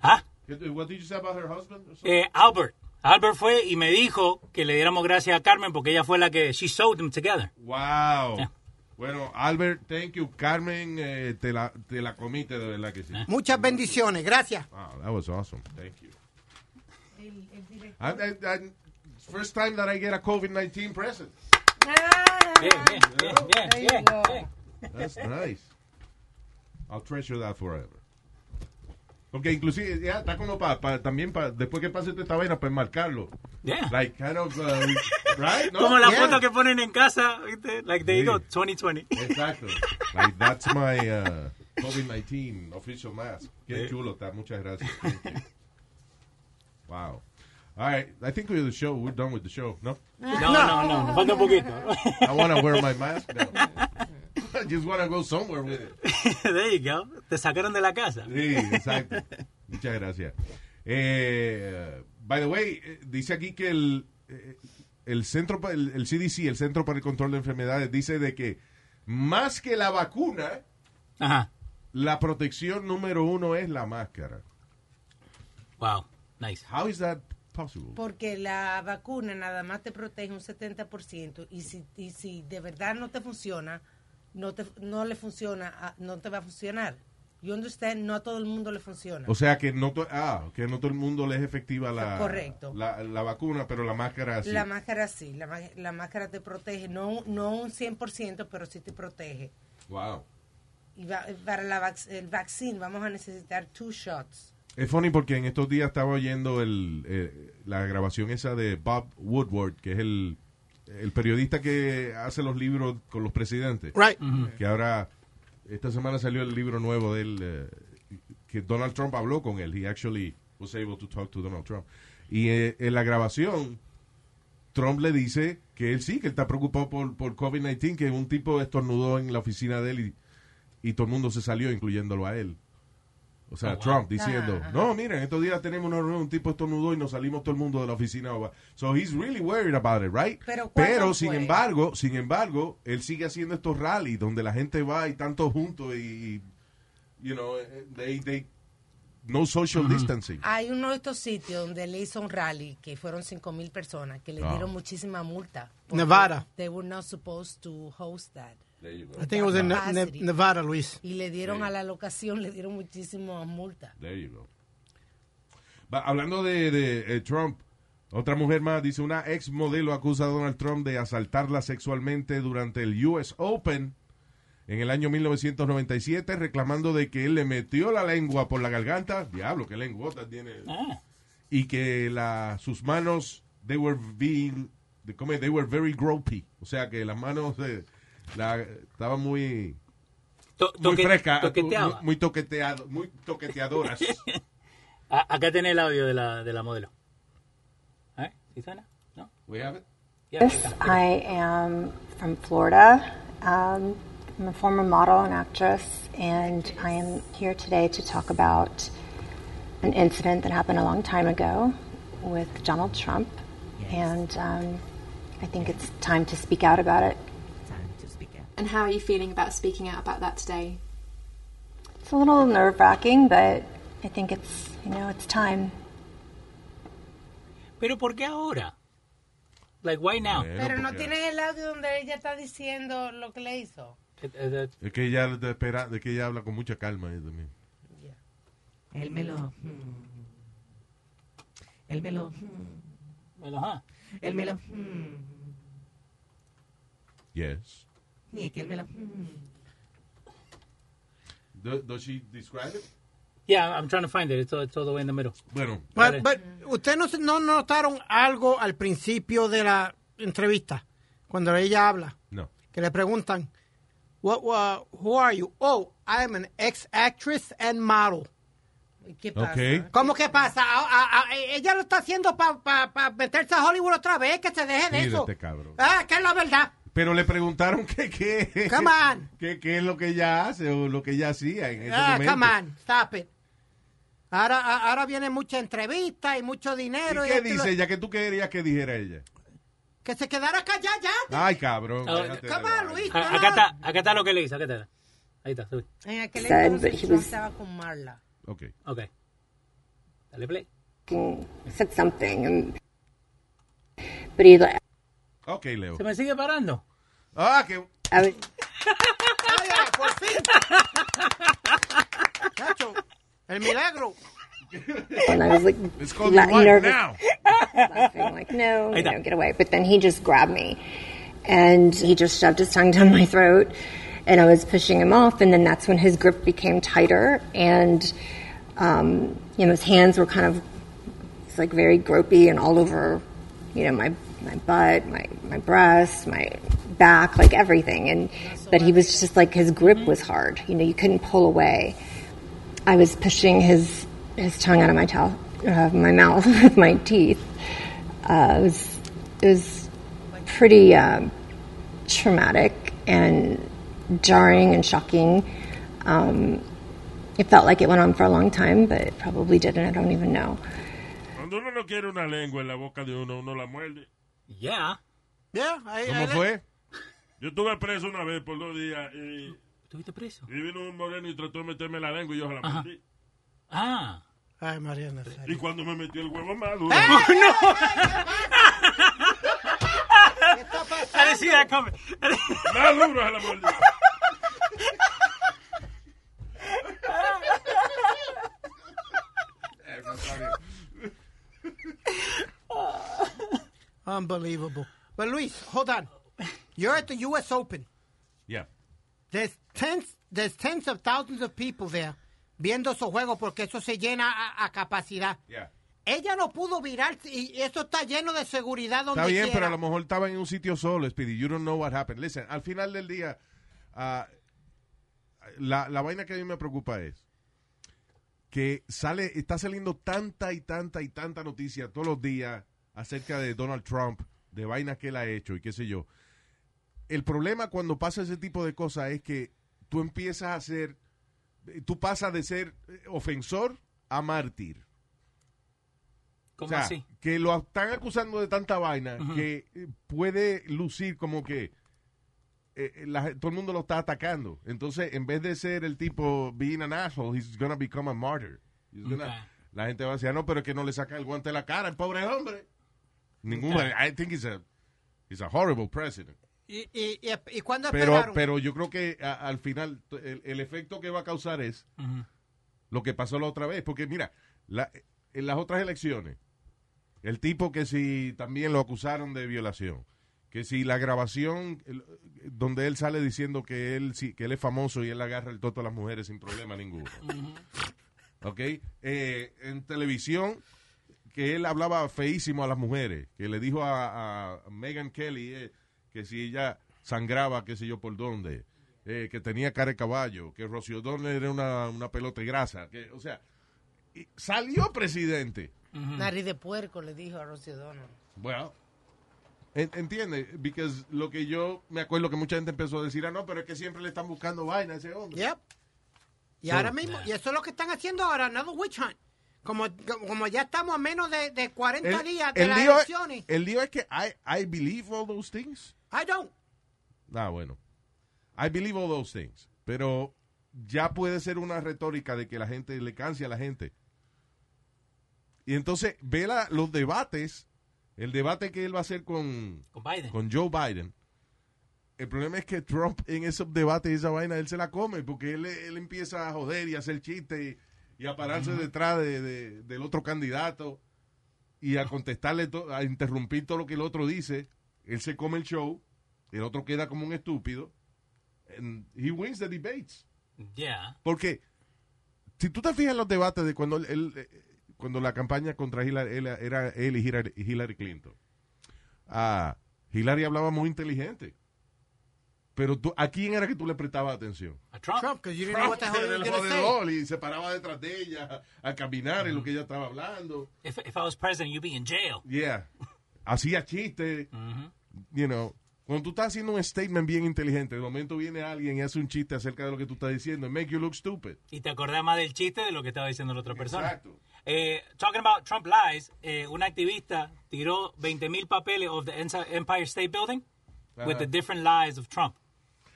S5: Ah,
S4: qué tú- What did you say about her husband? or something?
S5: eh, Albert. Albert fue y me dijo que le diéramos gracias a Carmen porque ella fue la que. She sewed them together.
S4: Wow.
S5: Yeah.
S4: Bueno, Albert, thank you. Carmen, eh, te, la, te la comiste, de verdad que
S5: Ah.
S4: sí.
S8: Muchas bendiciones. Gracias.
S4: Wow, that was awesome. Thank you.
S6: El- el director-
S4: I, I, I- first time that I get a COVID-19 present.
S6: Ah,
S5: Bien, bien, bien, bien,
S6: there you
S5: bien,
S6: go.
S5: bien.
S4: That's nice. I'll treasure that forever. Porque inclusive ya está como para también para después que pase toda esta vaina para enmarcarlo.
S5: Yeah.
S4: Like kind of uh, right? No?
S5: Como la
S4: Yeah.
S5: foto que ponen en casa, ¿viste? Like they
S4: Sí.
S5: go, 2020.
S4: Exacto. Like that's my uh, COVID-19 official mask. Qué chulo está. Muchas gracias. Thank you. Wow. All right, I think we're the show. We're done with the show. No,
S5: No, no, no, no, falta un poquito.
S4: I want to wear my mask. now. [LAUGHS] I just want to go somewhere with it.
S5: [LAUGHS] There you go. Te sacaron de la casa.
S4: Sí, exacto. Muchas gracias. Eh, by the way, eh, dice aquí que el, eh, el centro, pa- el, el CDC, el Centro para el Control de Enfermedades, dice de que más que la vacuna,
S5: Ajá.
S4: la protección número uno es la máscara.
S5: Wow. Nice.
S4: How is that possible?
S6: Porque la vacuna nada más te protege un 70% y si, y si de verdad no te funciona, no, te, no le funciona, a- no te va a funcionar. You understand? No a todo el mundo le funciona.
S4: O sea que no, to- ah, que no todo el mundo le es efectiva la,
S6: Correcto.
S4: la, la vacuna, pero la máscara sí.
S6: La máscara sí, la, ma- la máscara te protege, no, no un 100%, pero sí te protege.
S4: wow.
S6: Y va- para la vac- el vaccine vamos a necesitar two shots.
S4: Es funny porque en estos días estaba oyendo el, eh, la grabación esa de Bob Woodward, que es el, el periodista que hace los libros con los presidentes.
S8: Right.
S4: Que ahora, esta semana salió el libro nuevo de él, eh, que Donald Trump habló con él. He actually was able to talk to Donald Trump. Y eh, en la grabación, Trump le dice que él sí, que él está preocupado por, por COVID-19, que un tipo estornudó en la oficina de él y, y todo el mundo se salió, incluyéndolo a él. O sea, Trump diciendo,
S6: Ajá, ajá.
S4: no, miren, estos días tenemos una reunión, un tipo estornudó y nos salimos todo el mundo de la oficina. So he's really worried about it, right?
S6: Pero, ¿cuándo
S4: Pero sin
S6: fue?
S4: embargo, embargo, sin embargo, él sigue haciendo estos rallies donde la gente va y tanto juntos y, y, you know, eh, they, they- no social distancing.
S6: Hay uno de estos sitios donde le hizo un rally que fueron 5.000 personas que le
S4: Ah.
S6: dieron muchísima multa. porque
S8: Nevada.
S6: They were not supposed to host that.
S4: There you go.
S8: I think it was in Ne-
S6: Capacity.
S8: Ne- Nevada, Luis.
S6: Y le dieron
S4: Sí.
S6: a la locación, le dieron muchísimas multas.
S4: There you go. Va, hablando de, de, eh, Trump, otra mujer más dice, una ex modelo acusa a Donald Trump de asaltarla sexualmente durante el US Open en el año 1997, reclamando de que él le metió la lengua por la garganta. Diablo, qué lengüota tiene.
S5: Ah.
S4: y que la, sus manos they were being de- ¿cómo es? they were very gropey o sea que las manos eh, la, estaban muy
S5: To-
S4: muy
S5: toque-
S4: frescas
S5: toqueteaba.
S4: muy, muy toqueteado muy
S5: [LAUGHS]
S4: toqueteadoras
S5: A- acá tenés el audio de la, de la modelo. ¿Eh? ¿Sí suena? ¿No?
S4: We have it.
S5: Ya, ahí está.
S9: I am from Florida. Um, I'm a former model and actress, and I am here today to talk about an incident that happened a long time ago with Donald Trump. And um, I think it's time to speak out about it.
S10: And how are you feeling about speaking out about that today?
S9: It's a little nerve wracking, but I think it's, you know, it's time.
S5: Pero ¿por qué ahora? Like, why now?
S4: Bueno,
S6: Pero no
S4: porque-
S6: tienes el audio donde ella está diciendo lo que le hizo.
S5: Eh, eh,
S4: Es que ella, está espera- es que ella habla con mucha calma. ella también.
S11: Él me lo. mm. Él me lo. mm.
S5: bueno, ajá.
S11: Él me lo. mm.
S4: Yes.
S11: Y que él me lo. mm.
S4: Do- does she describe it?
S5: Yeah, I'm trying to find it. It's all, it's all the way in the middle.
S4: Bueno,
S5: Vale.
S8: But, but, ¿Ustedes no, se- no notaron algo al principio de la entrevista? Cuando ella habla,
S4: no.
S8: que le preguntan, What, uh, who are you? Oh, I am an ex-actress and model.
S6: ¿Y ¿Qué pasa?
S4: Ok.
S8: ¿Cómo que pasa? Ah, A- a- a- eh, ella lo está haciendo para meterse a Hollywood otra vez, que se deje de
S4: Mírate,
S8: eso.
S4: cabrón.
S8: Ah, que es la verdad.
S4: Pero le preguntaron [LAUGHS] que qué
S8: Come on.
S4: que qué es lo que ella hace o lo que ella hacía en ese
S8: Ah,
S4: momento.
S8: come on, stop it. Ahora, a- ahora viene mucha entrevista y mucho dinero.
S4: ¿Y qué
S8: esto y lo-
S4: dice ella? ¿Qué tú querías que dijera ella?
S8: Que se quedara callada ya.
S4: Ay, cabrón.
S5: Ah,
S4: déjate de
S8: come
S4: vaina.
S8: on, Luis.
S5: A- acá, está, acá está lo que le hice. Acá está. Ahí está. Sube.
S6: En aquel
S9: Said that
S6: entonces
S9: he
S6: Trump
S9: was-
S6: estaba con Marla.
S4: Ok.
S5: Ok. Dale play.
S9: Said something, and but he. like,
S4: Ok, Leo.
S5: Se me sigue parando.
S4: Ah, que
S9: I was,
S8: Oye, por fin. Chacho, el milagro.
S9: and I was like,
S4: Let's call your
S9: la-
S4: wife
S9: nervous.
S4: now.
S9: laughing, like, no, you
S5: know.
S9: know, get away. But then he just grabbed me and he just shoved his tongue down my throat. And I was pushing him off. And then that's when his grip became tighter. And, um, you know, his hands were kind of, it's like very gropey and all over, you know, my, my butt, my, my breast, my back, like everything. And, but he was just like, his grip was hard. You know, you couldn't pull away. I was pushing his his tongue out of my towel, uh, my mouth [LAUGHS] with my teeth. Uh, it was it was pretty um, traumatic and jarring and shocking. Um, it felt like it went on for a long time, but it probably didn't. I don't even know.
S7: Cuando uno no quiere una lengua en la boca de uno, uno la muerde.
S5: Yeah.
S8: Yeah, ahí-
S4: ¿Cómo
S8: ahí le-
S4: fue?
S7: Yo estuve preso una vez por dos días y,
S5: ¿Estuviste preso?
S7: y vino un moreno y trató de meterme la lengua y yo se la mordí.
S5: Ah.
S8: Ay, Mariana. Sari.
S7: Y cuando me metió el huevo maduro,
S8: Ah.
S5: I didn't see that coming.
S7: maduro se la mordí.
S8: Unbelievable. But Pues, Luis, hold on. You're at the U.S. Open.
S4: Yeah.
S8: There's tens, there's tens of thousands of people there viendo esos juegos porque eso se llena a, a capacidad.
S4: Yeah.
S8: Ella no pudo virar y eso está lleno de seguridad donde
S4: Está bien,
S8: quiera.
S4: pero a lo mejor estaba en un sitio solo, Speedy. You don't know what happened. Listen, al final del día, ah, la, la vaina que a mí me preocupa es que sale, está saliendo tanta y tanta y tanta noticia todos los días acerca de Donald Trump, de vainas que él ha hecho y qué sé yo. El problema cuando pasa ese tipo de cosas es que tú empiezas a ser, tú pasas de ser eh, ofensor a mártir.
S5: ¿Cómo
S4: O sea,
S5: así?
S4: que lo están acusando de tanta vaina que eh, puede lucir como que eh, eh, la- todo el mundo lo está atacando. Entonces, en vez de ser el tipo being an asshole, he's gonna become a martyr. He's gonna-
S5: Ok.
S4: La gente va a decir, "Ah, no, pero es que no le saca el guante de la cara, el pobre hombre. Ningún, I think he's a, he's a horrible president.
S8: Y, y, y, y cuando
S4: Pero,
S8: esperaron.
S4: pero yo creo que a- al final t- el, el efecto que va a causar es lo que pasó la otra vez. Porque mira, la- en las otras elecciones, el tipo que si también lo acusaron de violación, que si la grabación el- donde él sale diciendo que él, sí- que él es famoso y él agarra el toto a las mujeres sin problema ninguno. ¿Ok? Eh, en televisión, que él hablaba feísimo a las mujeres, que le dijo a, a Megan Kelly eh, que si ella sangraba, qué sé yo por dónde, eh, que tenía cara de caballo, que Rocío Donner era una, una pelota de grasa, que, o sea, y salió presidente.
S6: Ujú. Nariz de puerco, le dijo a Rocío Dono.
S4: Bueno. En- Entiende, because lo que yo me acuerdo que mucha gente empezó a decir, ah, no, pero es que siempre le están buscando vaina a ese hombre.
S8: Yep. Y
S4: Oh,
S8: ahora mismo, y eso es lo que están haciendo ahora, another witch hunt. Como, como ya estamos a menos de, de 40
S4: el,
S8: días de
S4: el
S8: las
S4: lío es-
S8: elecciones.
S4: el lío es que I, I believe all those things.
S8: I don't.
S4: Ah, bueno. I believe all those things. Pero ya puede ser una retórica de que la gente le canse a la gente. Y entonces ve la- los debates, el debate que él va a hacer con,
S5: Con Biden.
S4: con Joe Biden. El problema es que Trump en esos debates y esa vaina, él se la come porque él, él empieza a joder y a hacer chistes y, y a pararse detrás de- de- del otro candidato y a contestarle, to- a interrumpir todo lo que el otro dice. Él se come el show, el otro queda como un estúpido. And he wins the debates.
S5: Yeah.
S4: Porque si tú te fijas en los debates de cuando él- él, eh, cuando la campaña contra Hillary él- era él y Hillary, Hillary Clinton. Ah, Hillary hablaba muy inteligente. Pero tú, ¿a quién era que tú le prestabas atención?
S5: A Trump.
S8: Trump, because you didn't know
S4: Trump
S8: what the hell
S4: era el
S8: you were gonna say.
S4: jodedor y se paraba detrás de ella a caminar en lo que ella estaba hablando.
S5: If, if I was president, you'd be in jail.
S4: Yeah. Hacía chistes. You know. Cuando tú estás haciendo un statement bien inteligente, de momento viene alguien y hace un chiste acerca de lo que tú estás diciendo. and make you look stupid.
S5: Y te acordás más del chiste de lo que estaba diciendo la otra persona.
S4: Exacto.
S5: Eh, talking about Trump lies, eh, un activista tiró 20.000 papeles of the Ensa- Empire State Building with
S4: Ajá. Eh.
S5: the different lies of Trump.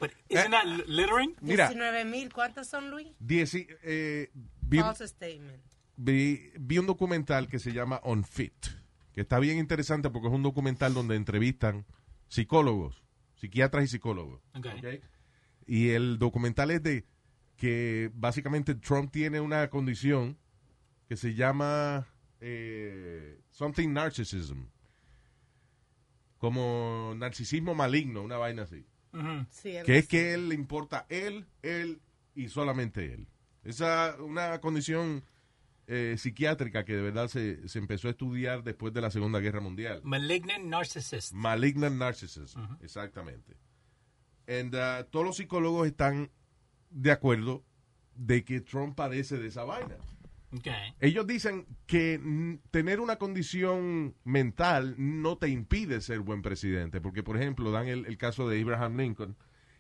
S5: But isn't that li- littering?
S4: Mira.
S6: 19 mil, ¿cuántas son, Luis?
S4: Dieci- eh, vi,
S6: False statement.
S4: vi- vi un documental que se llama Unfit, que está bien interesante porque es un documental donde entrevistan psicólogos, psiquiatras y psicólogos.
S5: Okay.
S4: Y el documental es de que básicamente Trump tiene una condición que se llama eh, something narcissism, como narcisismo maligno, una vaina así.
S5: Mm-hmm.
S6: Sí, algo
S4: Que es
S6: así.
S4: que él le importa él, él y solamente él. Esa una condición eh, psiquiátrica que de verdad se, se empezó a estudiar después de la Segunda Guerra Mundial.
S5: Malignant narcissist.
S4: Malignant narcissism, exactamente. And, uh, todos los psicólogos están de acuerdo de que Trump padece de esa vaina.
S5: Okay.
S4: Ellos dicen que mm, tener una condición mental no te impide ser buen presidente, porque por ejemplo dan el, el caso de Abraham Lincoln,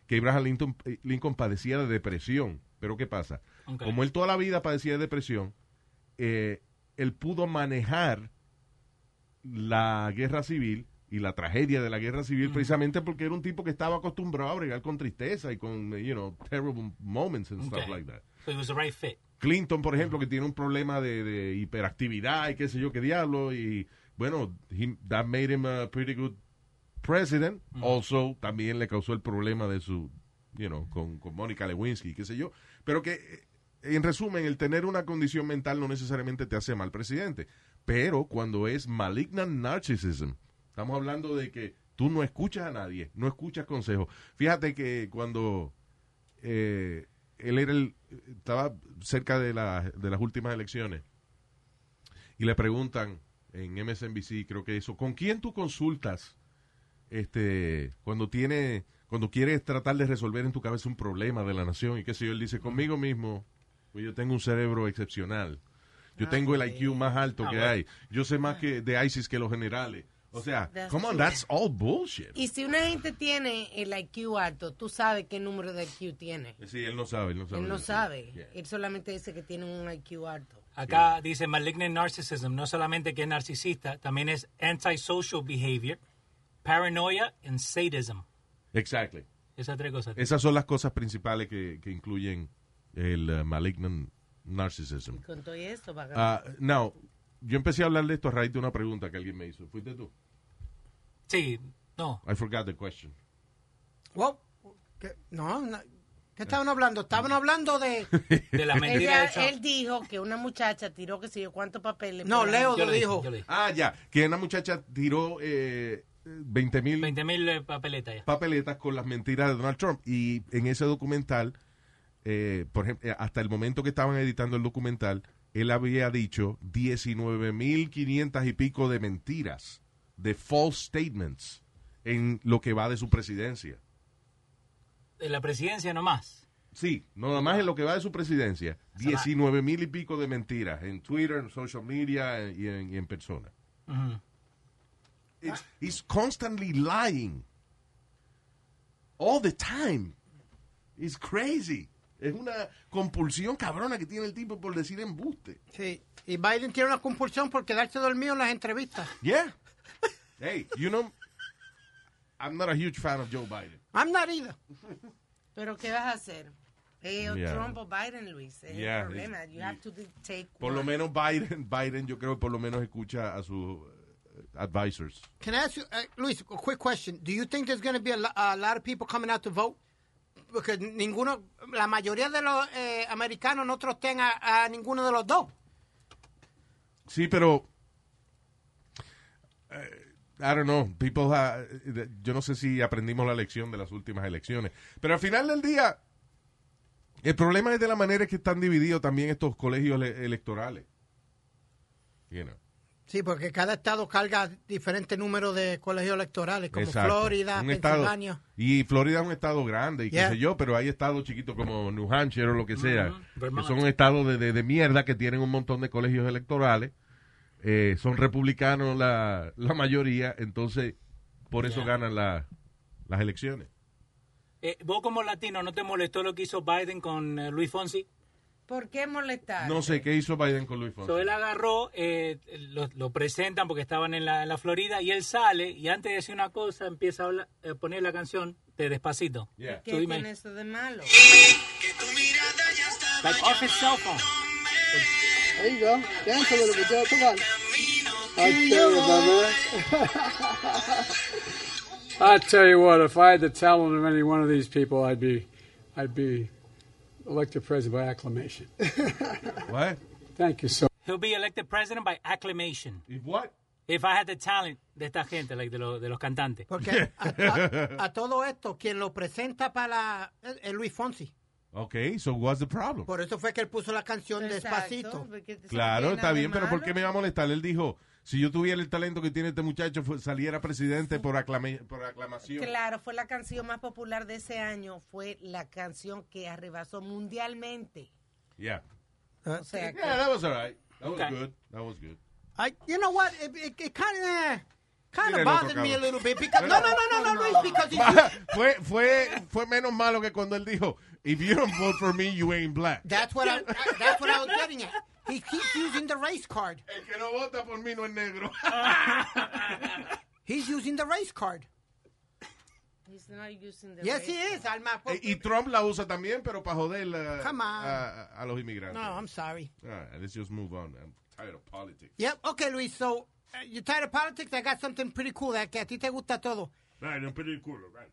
S4: que Abraham Lincoln, eh, Lincoln padecía de depresión, pero ¿qué pasa?
S5: Ok.
S4: Como él toda la vida padecía de depresión, eh, él pudo manejar la guerra civil y la tragedia de la guerra civil precisamente porque era un tipo que estaba acostumbrado a bregar con tristeza y con, eh, you know, terrible moments and stuff
S5: Okay.
S4: like that.
S5: So it was the right fit.
S4: Clinton, por ejemplo, que tiene un problema de, de hiperactividad y qué sé yo qué diablo. Y bueno, he- that made him a pretty good president. Also, también le causó el problema de su, you know, con, con Mónica Lewinsky, qué sé yo. Pero que, eh, en resumen, el tener una condición mental no necesariamente te hace mal presidente. Pero cuando es malignant narcissism, estamos hablando de que tú no escuchas a nadie, no escuchas consejos. Fíjate que cuando eh, él era el, estaba cerca de, la- de las últimas elecciones y le preguntan en MSNBC, creo que eso, ¿con quién tú consultas este cuando tiene cuando quieres tratar de resolver en tu cabeza un problema de la nación y qué sé yo? Él dice, conmigo mismo, pues yo tengo un cerebro excepcional. Yo
S6: Ah,
S4: tengo el IQ más alto que hay. Yo sé más que de ISIS que los generales. O sea,
S6: That's
S4: come on,
S6: true.
S4: that's all bullshit.
S6: Y si una gente tiene el IQ alto, tú sabes qué número de IQ tiene.
S4: Sí, él no sabe, él no sabe.
S6: Él no
S4: decir.
S6: sabe.
S4: Yeah.
S6: Él solamente dice que tiene un IQ alto.
S5: Acá dice malignant narcissism, no solamente que es narcisista, también es antisocial behavior, paranoia and sadism.
S4: Exactly.
S5: Esas tres cosas.
S4: Esas son las cosas principales que, que incluyen el eh, malignant narcissism.
S6: Con todo esto, va
S4: Ah, now, yo empecé a hablar de esto a raíz de una pregunta que alguien me hizo. ¿Fuiste tú?
S5: Sí, no.
S4: I forgot the question.
S8: Wow. ¿Qué? No, no. ¿Qué estaban hablando? Estaban
S4: [LAUGHS]
S8: hablando de...
S5: De la mentira
S6: Ella-
S5: de Trump.
S6: él dijo que una muchacha tiró que sé yo cuántos papeles.
S8: No,
S6: por-
S8: Leo
S5: Yo
S8: lo
S5: le dije,
S8: dijo.
S5: yo le dije.
S4: Ah, ya. Que una muchacha tiró eh, 20 mil
S5: 20 mil eh, papeletas ya.
S4: papeletas con las mentiras de Donald Trump. Y en ese documental, eh, por ejemplo, eh, hasta el momento que estaban editando el documental, él había dicho 19.500 y pico de mentiras, de false statements, en lo que va de su presidencia.
S5: De la presidencia nomás.
S4: Sí, nada más en lo que va de su presidencia, 19 mil y pico de mentiras en Twitter, en social media y en, y en persona. It's, he's constantly lying. All the time. It's crazy. Es una compulsión cabrona que tiene el tipo por decir embuste.
S8: Sí. Y Biden tiene una compulsión por quedarse dormido en las entrevistas.
S4: Yeah. Hey, you know, I'm not a huge fan of Joe Biden.
S8: I'm not either.
S6: Pero ¿qué vas a hacer? Eh, o
S4: Yeah.
S6: Trump o Biden, Luis. Es
S4: Yeah,
S6: el problema. You have to take
S4: Por lo menos Biden, Biden yo creo que por lo menos escucha a sus eh, advisors.
S8: Can I ask you, uh, Luis, a quick question? Do you think there's going to be a, lo- a lot of people coming out to vote? Porque ninguno, la mayoría de los eh, americanos no trostean a, a ninguno de los dos.
S4: Sí, pero eh, I don't know, people ha- yo no sé si aprendimos la lección de las últimas elecciones, pero al final del día el problema es de la manera que están divididos también estos colegios ele- electorales. You know.
S8: Sí, porque cada estado carga diferente número de colegios electorales, como
S4: Exacto.
S8: Florida,
S4: Un estado-
S8: Pensilvania.
S4: y Florida es un estado grande, y
S8: Yeah.
S4: qué sé yo, pero hay estados chiquitos como New Hampshire o lo que sea, que
S5: Vermont.
S4: son estados de, de- de mierda que tienen un montón de colegios electorales, eh, son republicanos la, la mayoría, entonces por eso ganan la- las elecciones.
S5: Eh, vos como latino, ¿no te molestó lo que hizo Biden con eh, Luis Fonsi?
S6: ¿Por qué molestar?
S4: No sé qué hizo Biden con Luis Fonsi.
S5: So, él agarró, eh, lo, lo presentan porque estaban en la, en la Florida y él sale y antes de decir una cosa empieza a habla- eh, poner la canción de Despacito.
S4: Yeah.
S5: Tú
S6: ¿Qué
S5: dime,
S6: tiene eso de malo?
S5: like off his cell phone.
S12: There you go. Dance a little bit, Joe. Come on. I tell you, brother. [LAUGHS] I tell you what, if I had the talent of any one of these people, I'd be, I'd be elected president by acclamation.
S4: what?
S12: Thank you so.
S5: He'll be elected president by acclamation.
S4: If what?
S5: If I had the talent de esta gente, like de, lo- de los cantantes.
S8: Porque a, a-
S4: [LAUGHS]
S8: a todo esto, quien lo presenta para la, es Luis Fonsi.
S4: Ok, so what's the problem?
S8: Por eso fue que él puso la canción Despacito.
S4: Claro, está bien, pero ¿por qué me va a molestar? Él dijo, si yo tuviera el talento que tiene este muchacho, fu- saliera presidente por, aclame- por aclamación.
S6: Claro, fue la canción más popular de ese año. Fue la canción que arrebasó mundialmente.
S4: Yeah.
S8: O
S6: sea,
S4: Yeah, that was all right. That was
S8: Okay.
S4: good. That was good. [LAUGHS]
S8: I, you know what? It, it, it kind of kind
S4: Mira el
S8: of bothered
S4: otro
S8: me a
S4: cabrón.
S8: little bit because no, no, no, no, no, Luis, because it's-
S4: fue, fue, fue menos malo que cuando él dijo, if you don't vote for me, you ain't black.
S8: [LAUGHS] that's what I, I- that's what I was getting at. He keeps using the race card.
S4: El que no vota por mí no es negro.
S8: He's using the race card.
S6: He's not using the
S8: Yes,
S6: race
S8: he is, Alma.
S4: Eh, [LAUGHS] y Trump la usa también, pero para joder a,
S8: Come on.
S4: a- a los inmigrantes.
S8: No, I'm sorry.
S4: All right, let's just move on. I'm tired of politics.
S8: Yep. Okay, Luis. So uh, you're tired of politics? I got something pretty cool that que a ti te gusta todo.
S7: Right, un peliculo, right.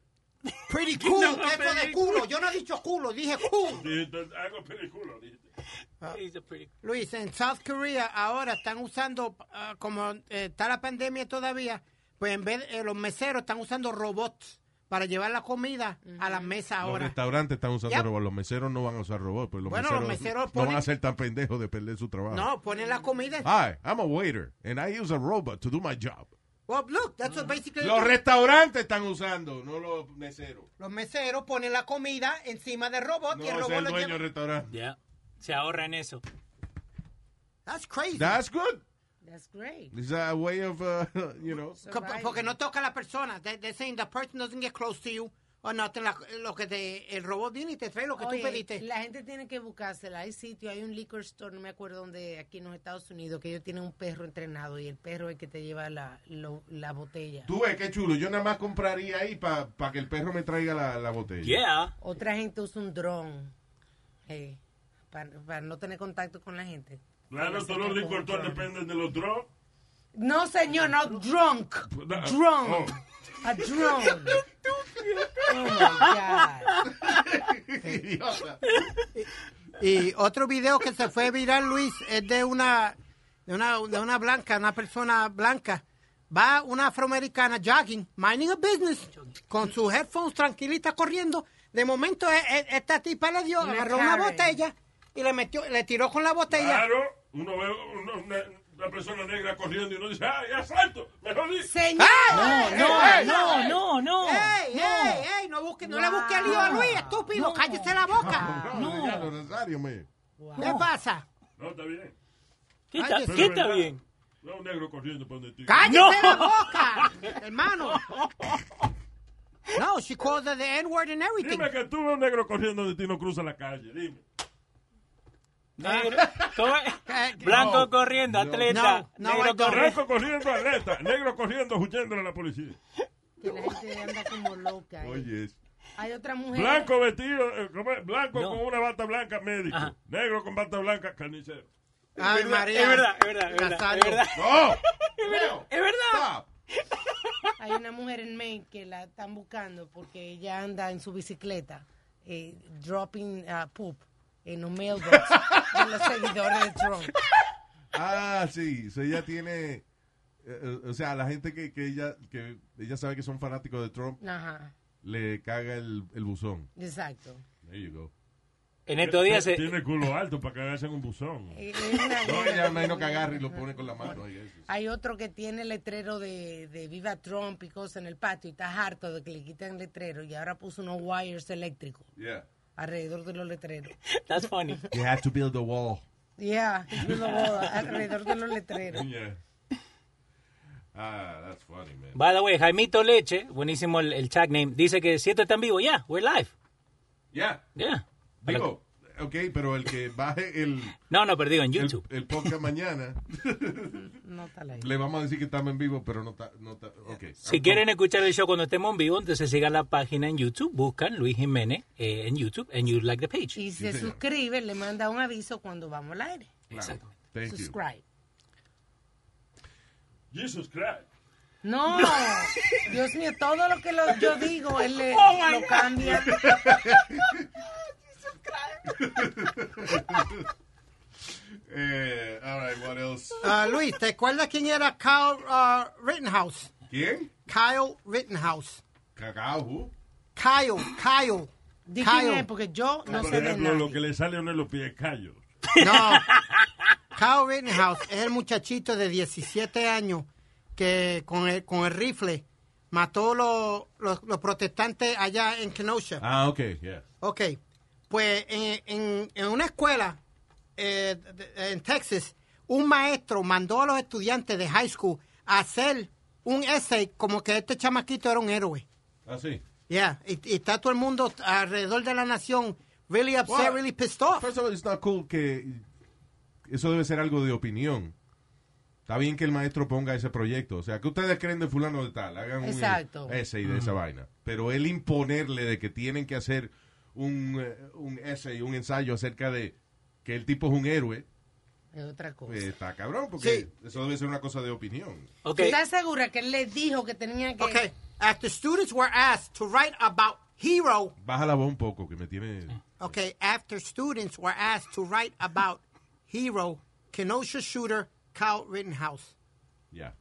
S8: Pretty
S7: [LAUGHS]
S8: cool.
S7: No,
S8: que fue de
S7: pretty
S8: culo. Yo no he dicho culo, dije cool.
S7: Dijiste, hago peliculo, dijiste.
S5: He's a pretty-
S8: Luis, en South Korea ahora están usando, ah, como eh, está la pandemia todavía, pues en vez de eh, los meseros están usando robots para llevar la comida a las mesas
S4: Los
S8: ahora.
S4: restaurantes están usando
S8: Yep.
S4: robots. Los meseros no van a usar robots. Pues los
S8: Bueno, los
S4: meseros,
S8: meseros
S4: no
S8: ponen-
S4: van a ser tan pendejos de perder su trabajo.
S8: No, ponen la comida.
S4: Hi, I'm a waiter, and I use a robot to do my job.
S8: Well, look, that's what basically
S4: Los restaurantes están usando, no los meseros.
S8: Los meseros ponen la comida encima del robot
S4: No,
S8: y el
S4: es
S8: robot
S4: el
S8: lo
S4: dueño
S8: lleva.
S4: del restaurante.
S5: Yeah. Se ahorran eso.
S8: That's crazy.
S4: That's good.
S6: That's great.
S4: It's a way of, uh, [LAUGHS] you know.
S8: Co- Porque no toca a la persona. They, they're saying the person doesn't get close to you or nothing. La- lo que te, el robot viene y te trae lo que
S6: Oye,
S8: tú pediste.
S6: La gente tiene que buscársela. Hay sitio, hay un liquor store, no me acuerdo dónde, aquí en los Estados Unidos, que ellos tienen un perro entrenado y el perro es el que te lleva la, lo- la botella.
S4: Tú ves qué chulo. Yo nada más compraría ahí para que el perro me traiga la, la botella.
S5: Yeah.
S6: Otra gente usa un dron para, no tener contacto con la gente.
S7: Claro, todos los licores dependen de los drones.
S6: No, señor, no, drunk. Drunk.
S7: Oh.
S6: A
S8: [LAUGHS]
S6: drone. Oh my God.
S8: Y otro video que se fue viral, Luis, es de una, de una, de una blanca, una persona blanca. Va una afroamericana jogging, minding a business, con sus headphones tranquilita corriendo. De momento, e- e- esta tipa le dio,
S6: Una
S8: agarró una
S6: Karen.
S8: botella y le metió, le tiró con la botella.
S7: Claro, uno ve, uno, una- una persona negra corriendo y uno dice, ¡ay, asalto! ¡Me jodí!
S8: Señor.
S7: ¡Ey, ey,
S8: no,
S7: ey,
S8: no,
S7: ey!
S5: no, no.
S8: ¡Ey, ey, ey! No, busque, no le busque el lío a Luis, estúpido. Cállese la boca.
S4: No, ya, lo necesario, me.
S8: ¿Qué pasa?
S7: No, está bien.
S8: ¿Qué está-
S7: Pero
S8: qué
S7: es
S8: está
S7: verdad,
S8: bien?
S7: Veo un negro corriendo por donde estoy.
S8: ¡Cállese la boca! Hermano. No, she called her the N-word and everything.
S7: Dime que tú ves un negro corriendo donde ti no cruza la calle, dime.
S5: Negro, ¿cómo es? Blanco
S7: No.
S5: corriendo, atleta. negro corriendo.
S7: Blanco corriendo, atleta. Negro corriendo, huyéndole a la policía.
S6: Que la gente anda como loca. ¿eh?
S7: Oye,
S6: Hay otra mujer.
S7: Blanco vestido, eh, ¿cómo es? blanco con una bata blanca, médico. Negro con bata blanca, carnicero.
S8: Ay,
S7: Es verdad,
S8: María.
S7: es verdad, es
S5: verdad,
S7: es verdad,
S8: Nazario.
S7: es verdad.
S4: ¡Oh!
S7: No.
S6: Es verdad.
S5: Es verdad.
S6: Hay una mujer en Maine que la están buscando porque ella anda en su bicicleta eh, dropping uh, poop en un mailbox de los seguidores de Trump.
S4: Ah, sí. So ella tiene. eh, o sea, la gente que, que ella que ella sabe que son fanáticos de Trump
S6: Ajá,
S4: le caga el, el buzón.
S6: exacto.
S4: There you go.
S5: En estos días se-
S7: Tiene culo alto para cagarse en un buzón.
S6: Eh, es una
S4: No,
S6: guerra.
S4: ella me imagino que agarra y lo pone con la mano. oiga, eso.
S6: Hay otro que tiene letrero de, de Viva Trump y cosas en el patio y está harto de que le quiten letrero y ahora puso unos wires eléctricos
S4: Yeah.
S6: alrededor de los letreros.
S5: [LAUGHS] That's funny.
S4: You have to build a wall.
S6: Yeah, yo lo voy a- alrededor de los letreros.
S4: Yeah. Ah, that's funny, man.
S5: By the way, Jaimito Leche, buenísimo el, el chat name, dice que si esto está en vivo, yeah, we're live.
S4: Yeah.
S5: Yeah.
S4: Digo, ok, pero el que baje el.
S5: No, no, pero digo en
S4: YouTube. El, podcast mañana. [LAUGHS]
S6: No está la
S4: Le vamos a decir que estamos en vivo, pero no está. No está ok.
S5: Si quieren escuchar el show cuando estemos en vivo, entonces sigan la página en YouTube, buscan Luis Jiménez eh, en YouTube, and you like the page.
S6: Y se suscribe, le manda un aviso cuando vamos al aire.
S5: Exacto.
S4: Thank you.
S6: Subscribe.
S7: Jesus Christ.
S5: [LAUGHS]
S6: No, Dios mío, todo lo que lo- yo digo, él
S5: [LAUGHS]
S6: le-
S2: Oh, my
S6: lo
S2: God.
S6: cambia.
S4: Eh, all right, what else?
S8: Ah, Luis, ¿te acuerdas quién era Kyle ah, Rittenhouse?
S4: ¿Quién?
S8: Kyle Rittenhouse.
S4: Cagao. who?
S8: Kyle, Kyle.
S6: Di
S8: Kyle.
S6: quién es, porque yo no
S7: Por
S6: sé de
S7: ejemplo,
S6: nada.
S7: lo que le sale a uno de los pies, callo.
S8: [LAUGHS] No. Kyle Rittenhouse es el muchachito de 17 años que con el, con el rifle mató los, los, los protestantes allá en Kenosha.
S4: Ah, ok, yeah.
S8: Ok, pues en, en- en una escuela eh, de- en Texas, un maestro mandó a los estudiantes de high school a hacer un essay como que este chamaquito era un héroe.
S4: Ah, sí.
S8: Yeah, y, y está todo el mundo alrededor de la nación really upset,
S4: Well,
S8: really pissed off.
S4: First of all, it's not cool que eso debe ser algo de opinión. Está bien que el maestro ponga ese proyecto. O sea, que ustedes creen de fulano de tal. Hagan un
S6: Exacto.
S4: essay de esa vaina. Pero él imponerle de que tienen que hacer un, eh, un essay, un ensayo acerca de que el tipo es un héroe,
S6: Es otra cosa.
S4: eh, está cabrón, porque eso debe ser una cosa de opinión.
S6: ¿Estás segura que él le dijo que tenía que...
S8: Okay, after students were asked to write about hero,
S4: Baja la voz un poco, que me tiene...
S8: okay, after students were asked to write about hero, Kenosha shooter Kyle Rittenhouse.
S4: Ya.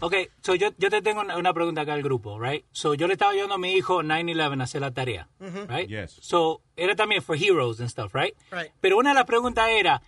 S5: Ok, so yo, yo te tengo una, una pregunta acá al grupo, right? So yo le estaba ayudando a mi hijo 9-11 a hacer la tarea,
S2: Ujú.
S5: right?
S2: Yes.
S5: So era también for heroes and stuff, right?
S2: Right.
S5: Pero una de las preguntas era,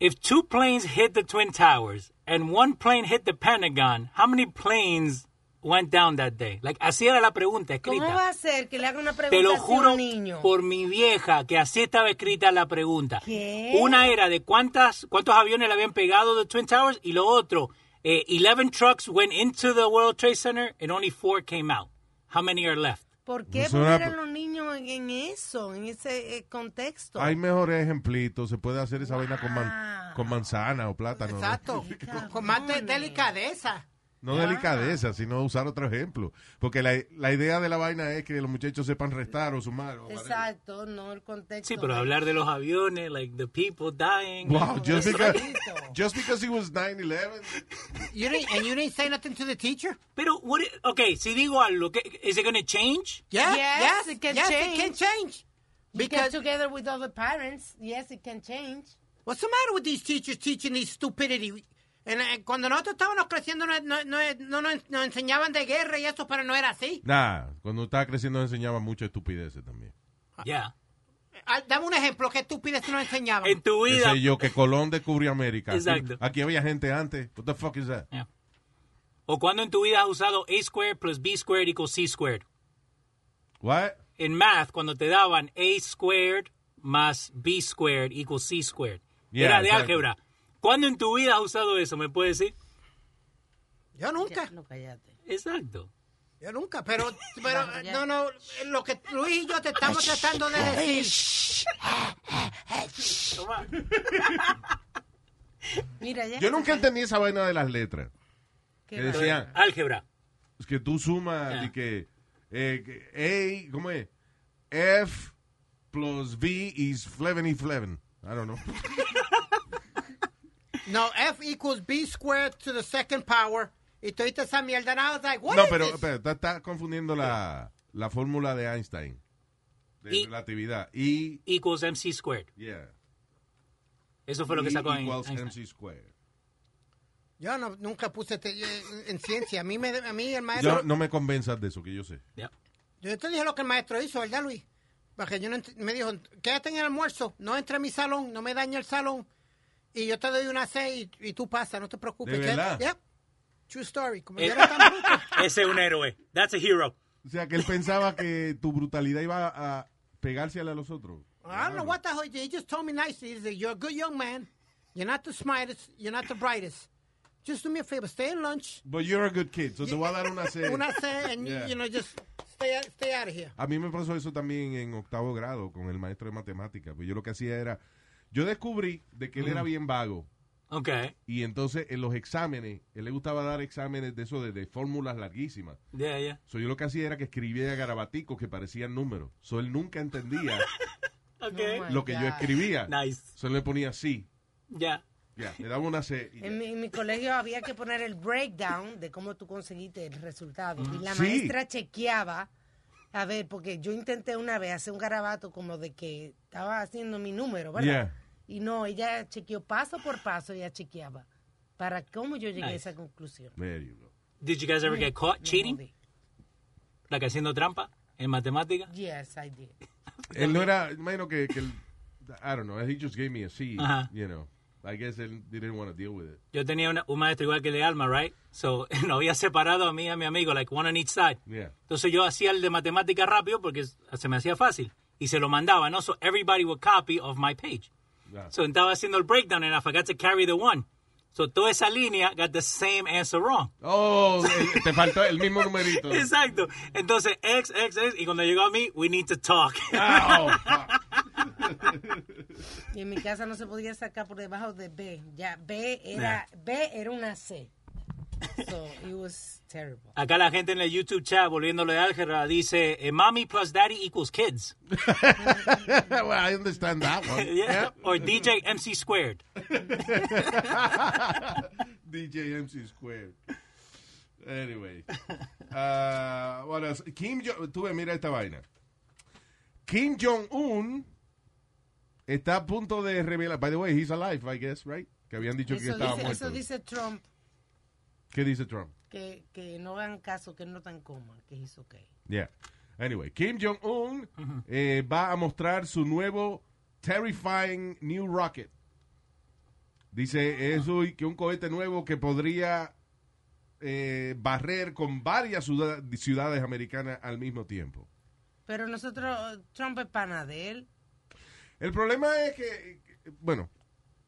S5: if two planes hit the Twin Towers and one plane hit the Pentagon, how many planes went down that day? Like, así era la pregunta escrita.
S6: ¿Cómo va a ser que le haga una pregunta
S5: Te lo
S6: así a un
S5: juro
S6: niño?
S5: por mi vieja que así estaba escrita la pregunta.
S6: ¿Qué?
S5: Una era de cuántas, cuántos aviones le habían pegado de Twin Towers y lo otro, eh, 11 trucks went into the World Trade Center and only four came out. How many are left?
S6: ¿Por qué
S4: No suena-
S6: poner a los niños en, en eso, en ese eh, contexto?
S4: Hay mejores ejemplitos. Se puede hacer esa vaina con, man- con manzana o plátano. ¿no?
S8: Exacto. Con- Con más de- delicadeza.
S4: No delicadeza, sino usar otro ejemplo. Porque la, la idea de la vaina es que los muchachos sepan restar o sumar. o-
S6: Exacto, no el contexto.
S5: Sí, pero hablar de los aviones, like the people dying.
S4: Wow, just because, just because it was 9-11.
S8: You didn't, and you didn't say nothing to the teacher?
S5: Pero, what i- okay, si digo algo, ¿qué- is it going to change?
S8: Yeah,
S6: Yes,
S8: yes,
S6: it can
S8: yes,
S6: change.
S8: it can change.
S6: You get
S8: Because
S6: together with other parents, yes, it can change.
S8: what's the matter with these teachers teaching these stupidity? En- en- cuando nosotros estábamos creciendo, no, no, no, no nos nos enseñaban de guerra y eso, pero no era así.
S4: Nah, cuando estaba creciendo enseñaba muchas estupideces también.
S5: Yeah.
S8: Ah, Dame un ejemplo, ¿qué estupidez tú nos enseñabas?
S5: En tu
S4: Que sé yo que Colón descubrió América. Aquí-
S5: Exacto.
S4: Aquí había gente antes. What the fuck is that?
S5: ¿O cuando en tu vida has usado A squared plus B squared equals C squared?
S4: What?
S5: En math, cuando te daban A squared más B squared equals C squared.
S4: Yeah,
S5: Era de
S4: exactly.
S5: álgebra. ¿Cuándo en tu vida has usado eso? ¿Me puedes decir?
S8: Yo nunca.
S6: No, cállate.
S5: Exacto.
S8: Yo nunca, pero, pero eh, no, no, eh, lo que Luis y yo te estamos tratando de decir.
S6: Mira, ya.
S4: Yo nunca entendí esa vaina de las letras.
S6: Qué
S4: Que decían,
S5: Álgebra.
S4: es que tú sumas
S5: Ah.
S4: y que, eh, que A, ¿cómo es? F plus V is Fleven y Fleven. I don't know.
S8: No, F equals B squared to the second power. Y tú viste esa mierda, and I was like, what
S4: no,
S8: is
S4: pero,
S8: this?
S4: pero está, está confundiendo la, la fórmula de Einstein. De
S5: Y-
S4: relatividad. Y,
S5: Equals MC squared.
S4: yeah.
S5: Eso fue lo que
S4: E
S5: sacó en
S4: equals
S5: Einstein.
S4: MC squared.
S8: Yo no, nunca puse te- eh, en ciencia. A mí, me, a mí el maestro.
S4: Yo, no me convenzas de eso, que yo sé.
S8: Yo te dije lo que el maestro hizo, ¿verdad, Luis? Porque yo no ent- me dijo, quédate en el almuerzo, no entre a mi salón, no me dañe el salón. Y yo te doy una C y, y tú pasas, no te preocupes.
S5: ¿De
S8: quédate.
S5: verdad?
S8: Yep. True story. Como
S5: Eh.
S8: yo era tan bruto.
S5: Ese es un héroe. That's a hero.
S4: O sea, que él pensaba que tu brutalidad iba a pegarse a la de los otros.
S8: I don't know what the hell he did. He just told me nicely. He said, You're a good young man. You're not the smartest. You're not the brightest. Just do me a favor. Stay in lunch.
S4: But you're a good kid, so te voy a dar una serie.
S8: Una C,
S4: [LAUGHS]
S8: and you-
S4: Yeah.
S8: you, know, just stay, stay out of here.
S4: A mí me pasó eso también en octavo grado con el maestro de matemáticas. Pues yo lo que hacía era, yo descubrí de que él
S5: Mm.
S4: era bien vago.
S5: Ok.
S4: Y entonces en los exámenes, él le gustaba dar exámenes de eso de, de fórmulas larguísimas.
S5: Yeah, yeah.
S4: So yo lo que hacía era que escribía garabaticos que parecían números. So él nunca entendía
S5: Okay.
S4: lo que yo escribía.
S5: Nice.
S4: So él le ponía sí.
S5: Yeah.
S4: Ya, le daba una C. y ya.
S6: En mi, en mi colegio había que poner el breakdown de cómo tú conseguiste el resultado. Y la
S4: Mm. Sí.
S6: maestra chequeaba. A ver, porque yo intenté una vez hacer un garabato como de que estaba haciendo mi número, ¿verdad? Y no, ella chequeó paso por paso, ella chequeaba. Para cómo yo llegué a
S5: Nice.
S6: esa conclusión.
S4: There you go.
S5: Did you guys ever get caught
S6: Me
S5: cheating?
S6: jodí.
S5: Like haciendo trampa en matemática?
S6: Yes, I did.
S4: Él no era, imagino que, que él, I don't know, he just gave me a C,
S5: Ajá.
S4: you know. I guess él didn't want to deal with it.
S5: Yo tenía una- un maestro igual que el de Alma, right? So, [LAUGHS] no había separado a mí y a mi amigo, like one on each side.
S4: Yeah.
S5: Entonces yo hacía el de matemática rápido porque se me hacía fácil. Y se lo mandaba, ¿no? So everybody would copy of my page.
S4: Ah.
S5: So estaba haciendo el breakdown and I forgot to carry the one. So toda esa línea got the same answer wrong.
S4: Oh, el- te faltó el mismo
S5: [LAUGHS]
S4: numerito.
S5: Exacto. Entonces, X, X, X. Y cuando llegó a mí, we need to
S4: [LAUGHS]
S5: talk.
S4: Ah, oh,
S6: Y en mi casa no se podía sacar por debajo de B. Ya, B era, B era una C. So, it was terrible.
S5: Acá la gente en el YouTube chat, volviéndole de álgebra, dice, eh, mommy plus daddy equals
S4: [LAUGHS]
S5: kids.
S4: well, I understand that one.
S5: [LAUGHS] Yeah. Or DJ MC squared.
S4: [LAUGHS] DJ MC Squared. Anyway. Uh, what else? Kim Jong... Tuve, mira esta vaina. Kim Jong-un está a punto de revelar... By the way, he's alive, I guess, right? Que habían dicho que
S6: Eso
S4: estaba
S6: dice,
S4: muerto.
S6: eso dice Trump,
S4: ¿Qué dice Trump?
S6: que, que no hagan caso, que no tan coma, que es ok.
S4: Yeah. Anyway, Kim Jong-un eh, va a mostrar su nuevo terrifying new rocket. Dice eso y que un cohete nuevo que podría eh, barrer con varias ciudad- ciudades americanas al mismo tiempo.
S6: Pero nosotros, Trump es pana de él.
S4: El problema es que, bueno,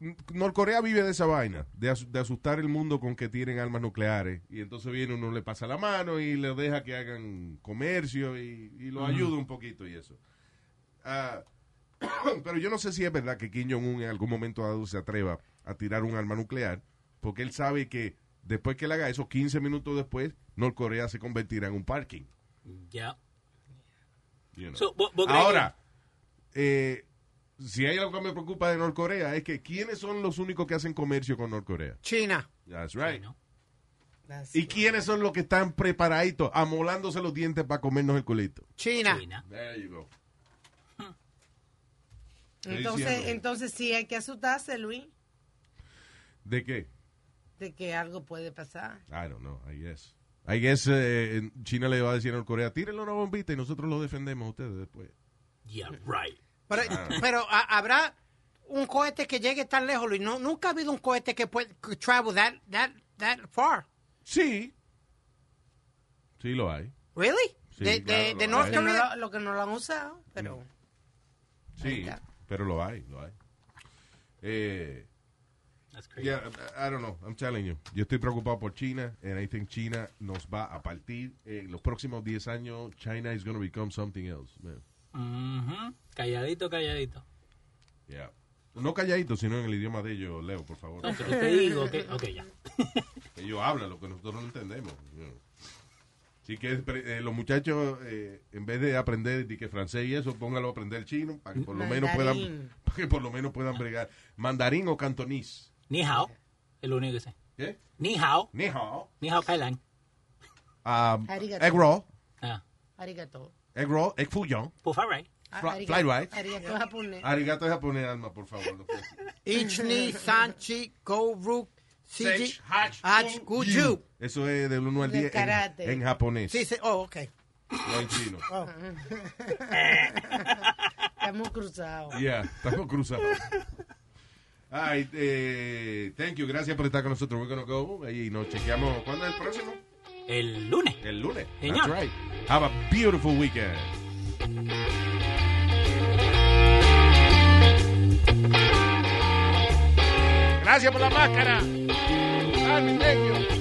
S4: N- Norcorea vive de esa vaina, de, as- de asustar el mundo con que tienen armas nucleares. Y entonces viene uno, le pasa la mano y le deja que hagan comercio y, y lo
S5: Ujú.
S4: ayuda un poquito y eso. Ah, [COUGHS] pero yo no sé si es verdad que Kim Jong-un en algún momento dado se atreva a tirar un arma nuclear, porque él sabe que después que él haga eso, 15 minutos después, Norcorea se convertirá en un parking.
S5: Yeah.
S4: You know.
S5: So, ¿vo- vos crees
S4: Ahora, eh, si hay algo que me preocupa de Norcorea es que quiénes son los únicos que hacen comercio con Norcorea.
S8: China.
S4: That's right.
S6: That's
S4: ¿Y quiénes son los que están preparaditos, amolándose los dientes para comernos el culito?
S8: China.
S4: There you go. Estoy
S6: Entonces,
S4: diciendo.
S6: entonces sí hay que asustarse, Luis,
S4: ¿De qué?
S6: de que algo puede pasar.
S4: I don't know, I guess. I guess eh, en China le va a decir a Norcorea, tírenlo una bombita y nosotros lo defendemos a ustedes después.
S5: Yeah, right.
S8: Pero,
S4: Ah.
S8: pero a- habrá un cohete que llegue tan lejos, Luis. No, nunca ha habido un cohete que puede que travel that, that, that far.
S4: Sí. Sí, lo hay.
S8: Really?
S4: Sí,
S8: de, de,
S4: claro,
S8: de
S4: lo
S8: North
S4: hay.
S6: Lo que
S8: Korea.
S6: no lo- lo que no lo han usado, pero...
S4: Sí, pero lo hay, lo hay. Eh, yeah, I I don't know, I'm telling you. Yo estoy preocupado por China, and I think China nos va a partir. En los próximos 10 años, China is going to become something else. man.
S5: Ujú. Mm-hmm. Calladito, calladito.
S4: Yeah. No calladito, sino en el idioma de ellos, Leo, por favor.
S5: No, pero te digo que- ok, ya.
S4: Ellos hablan lo que nosotros no entendemos. you know. Así que pre- eh, los muchachos, eh, en vez de aprender di que francés y eso, póngalo a aprender chino para que por lo menos puedan,
S5: Mandarín.
S4: [LAUGHS] para que por lo menos puedan bregar. Mandarín o cantonís.
S5: Ni hao, es lo único que sé.
S4: ¿Qué?
S5: Ni hao.
S4: Ni hao.
S5: Ni hao kai lan.
S4: Ah,
S6: Arigato.
S4: egg roll,
S5: Ah.
S6: Arigato.
S4: egg roll, egg fusion,
S5: Por favor.
S6: Ah,
S4: Fra-
S6: arigato-
S4: fried rice.
S6: Arigato japonés.
S4: Arigato japonés, alma, por favor. lo que-
S8: Ichni, Sanchi, Goruk, Siji, Hach, Guju.
S4: Eso es del 1 al
S8: De
S4: 10 en,
S8: karate.
S4: en japonés,
S8: Sí, sí. Oh, ok.
S4: no en chino.
S8: Oh.
S6: Estamos cruzados.
S4: Yeah, estamos cruzados. All right, eh, thank you, gracias por estar con nosotros. We're gonna go eh, y nos chequeamos. ¿Cuándo es el próximo?
S5: El lunes.
S4: El lunes.
S5: Señor.
S4: That's right. Have a beautiful weekend. Gracias por la máscara. Carmen, thank you.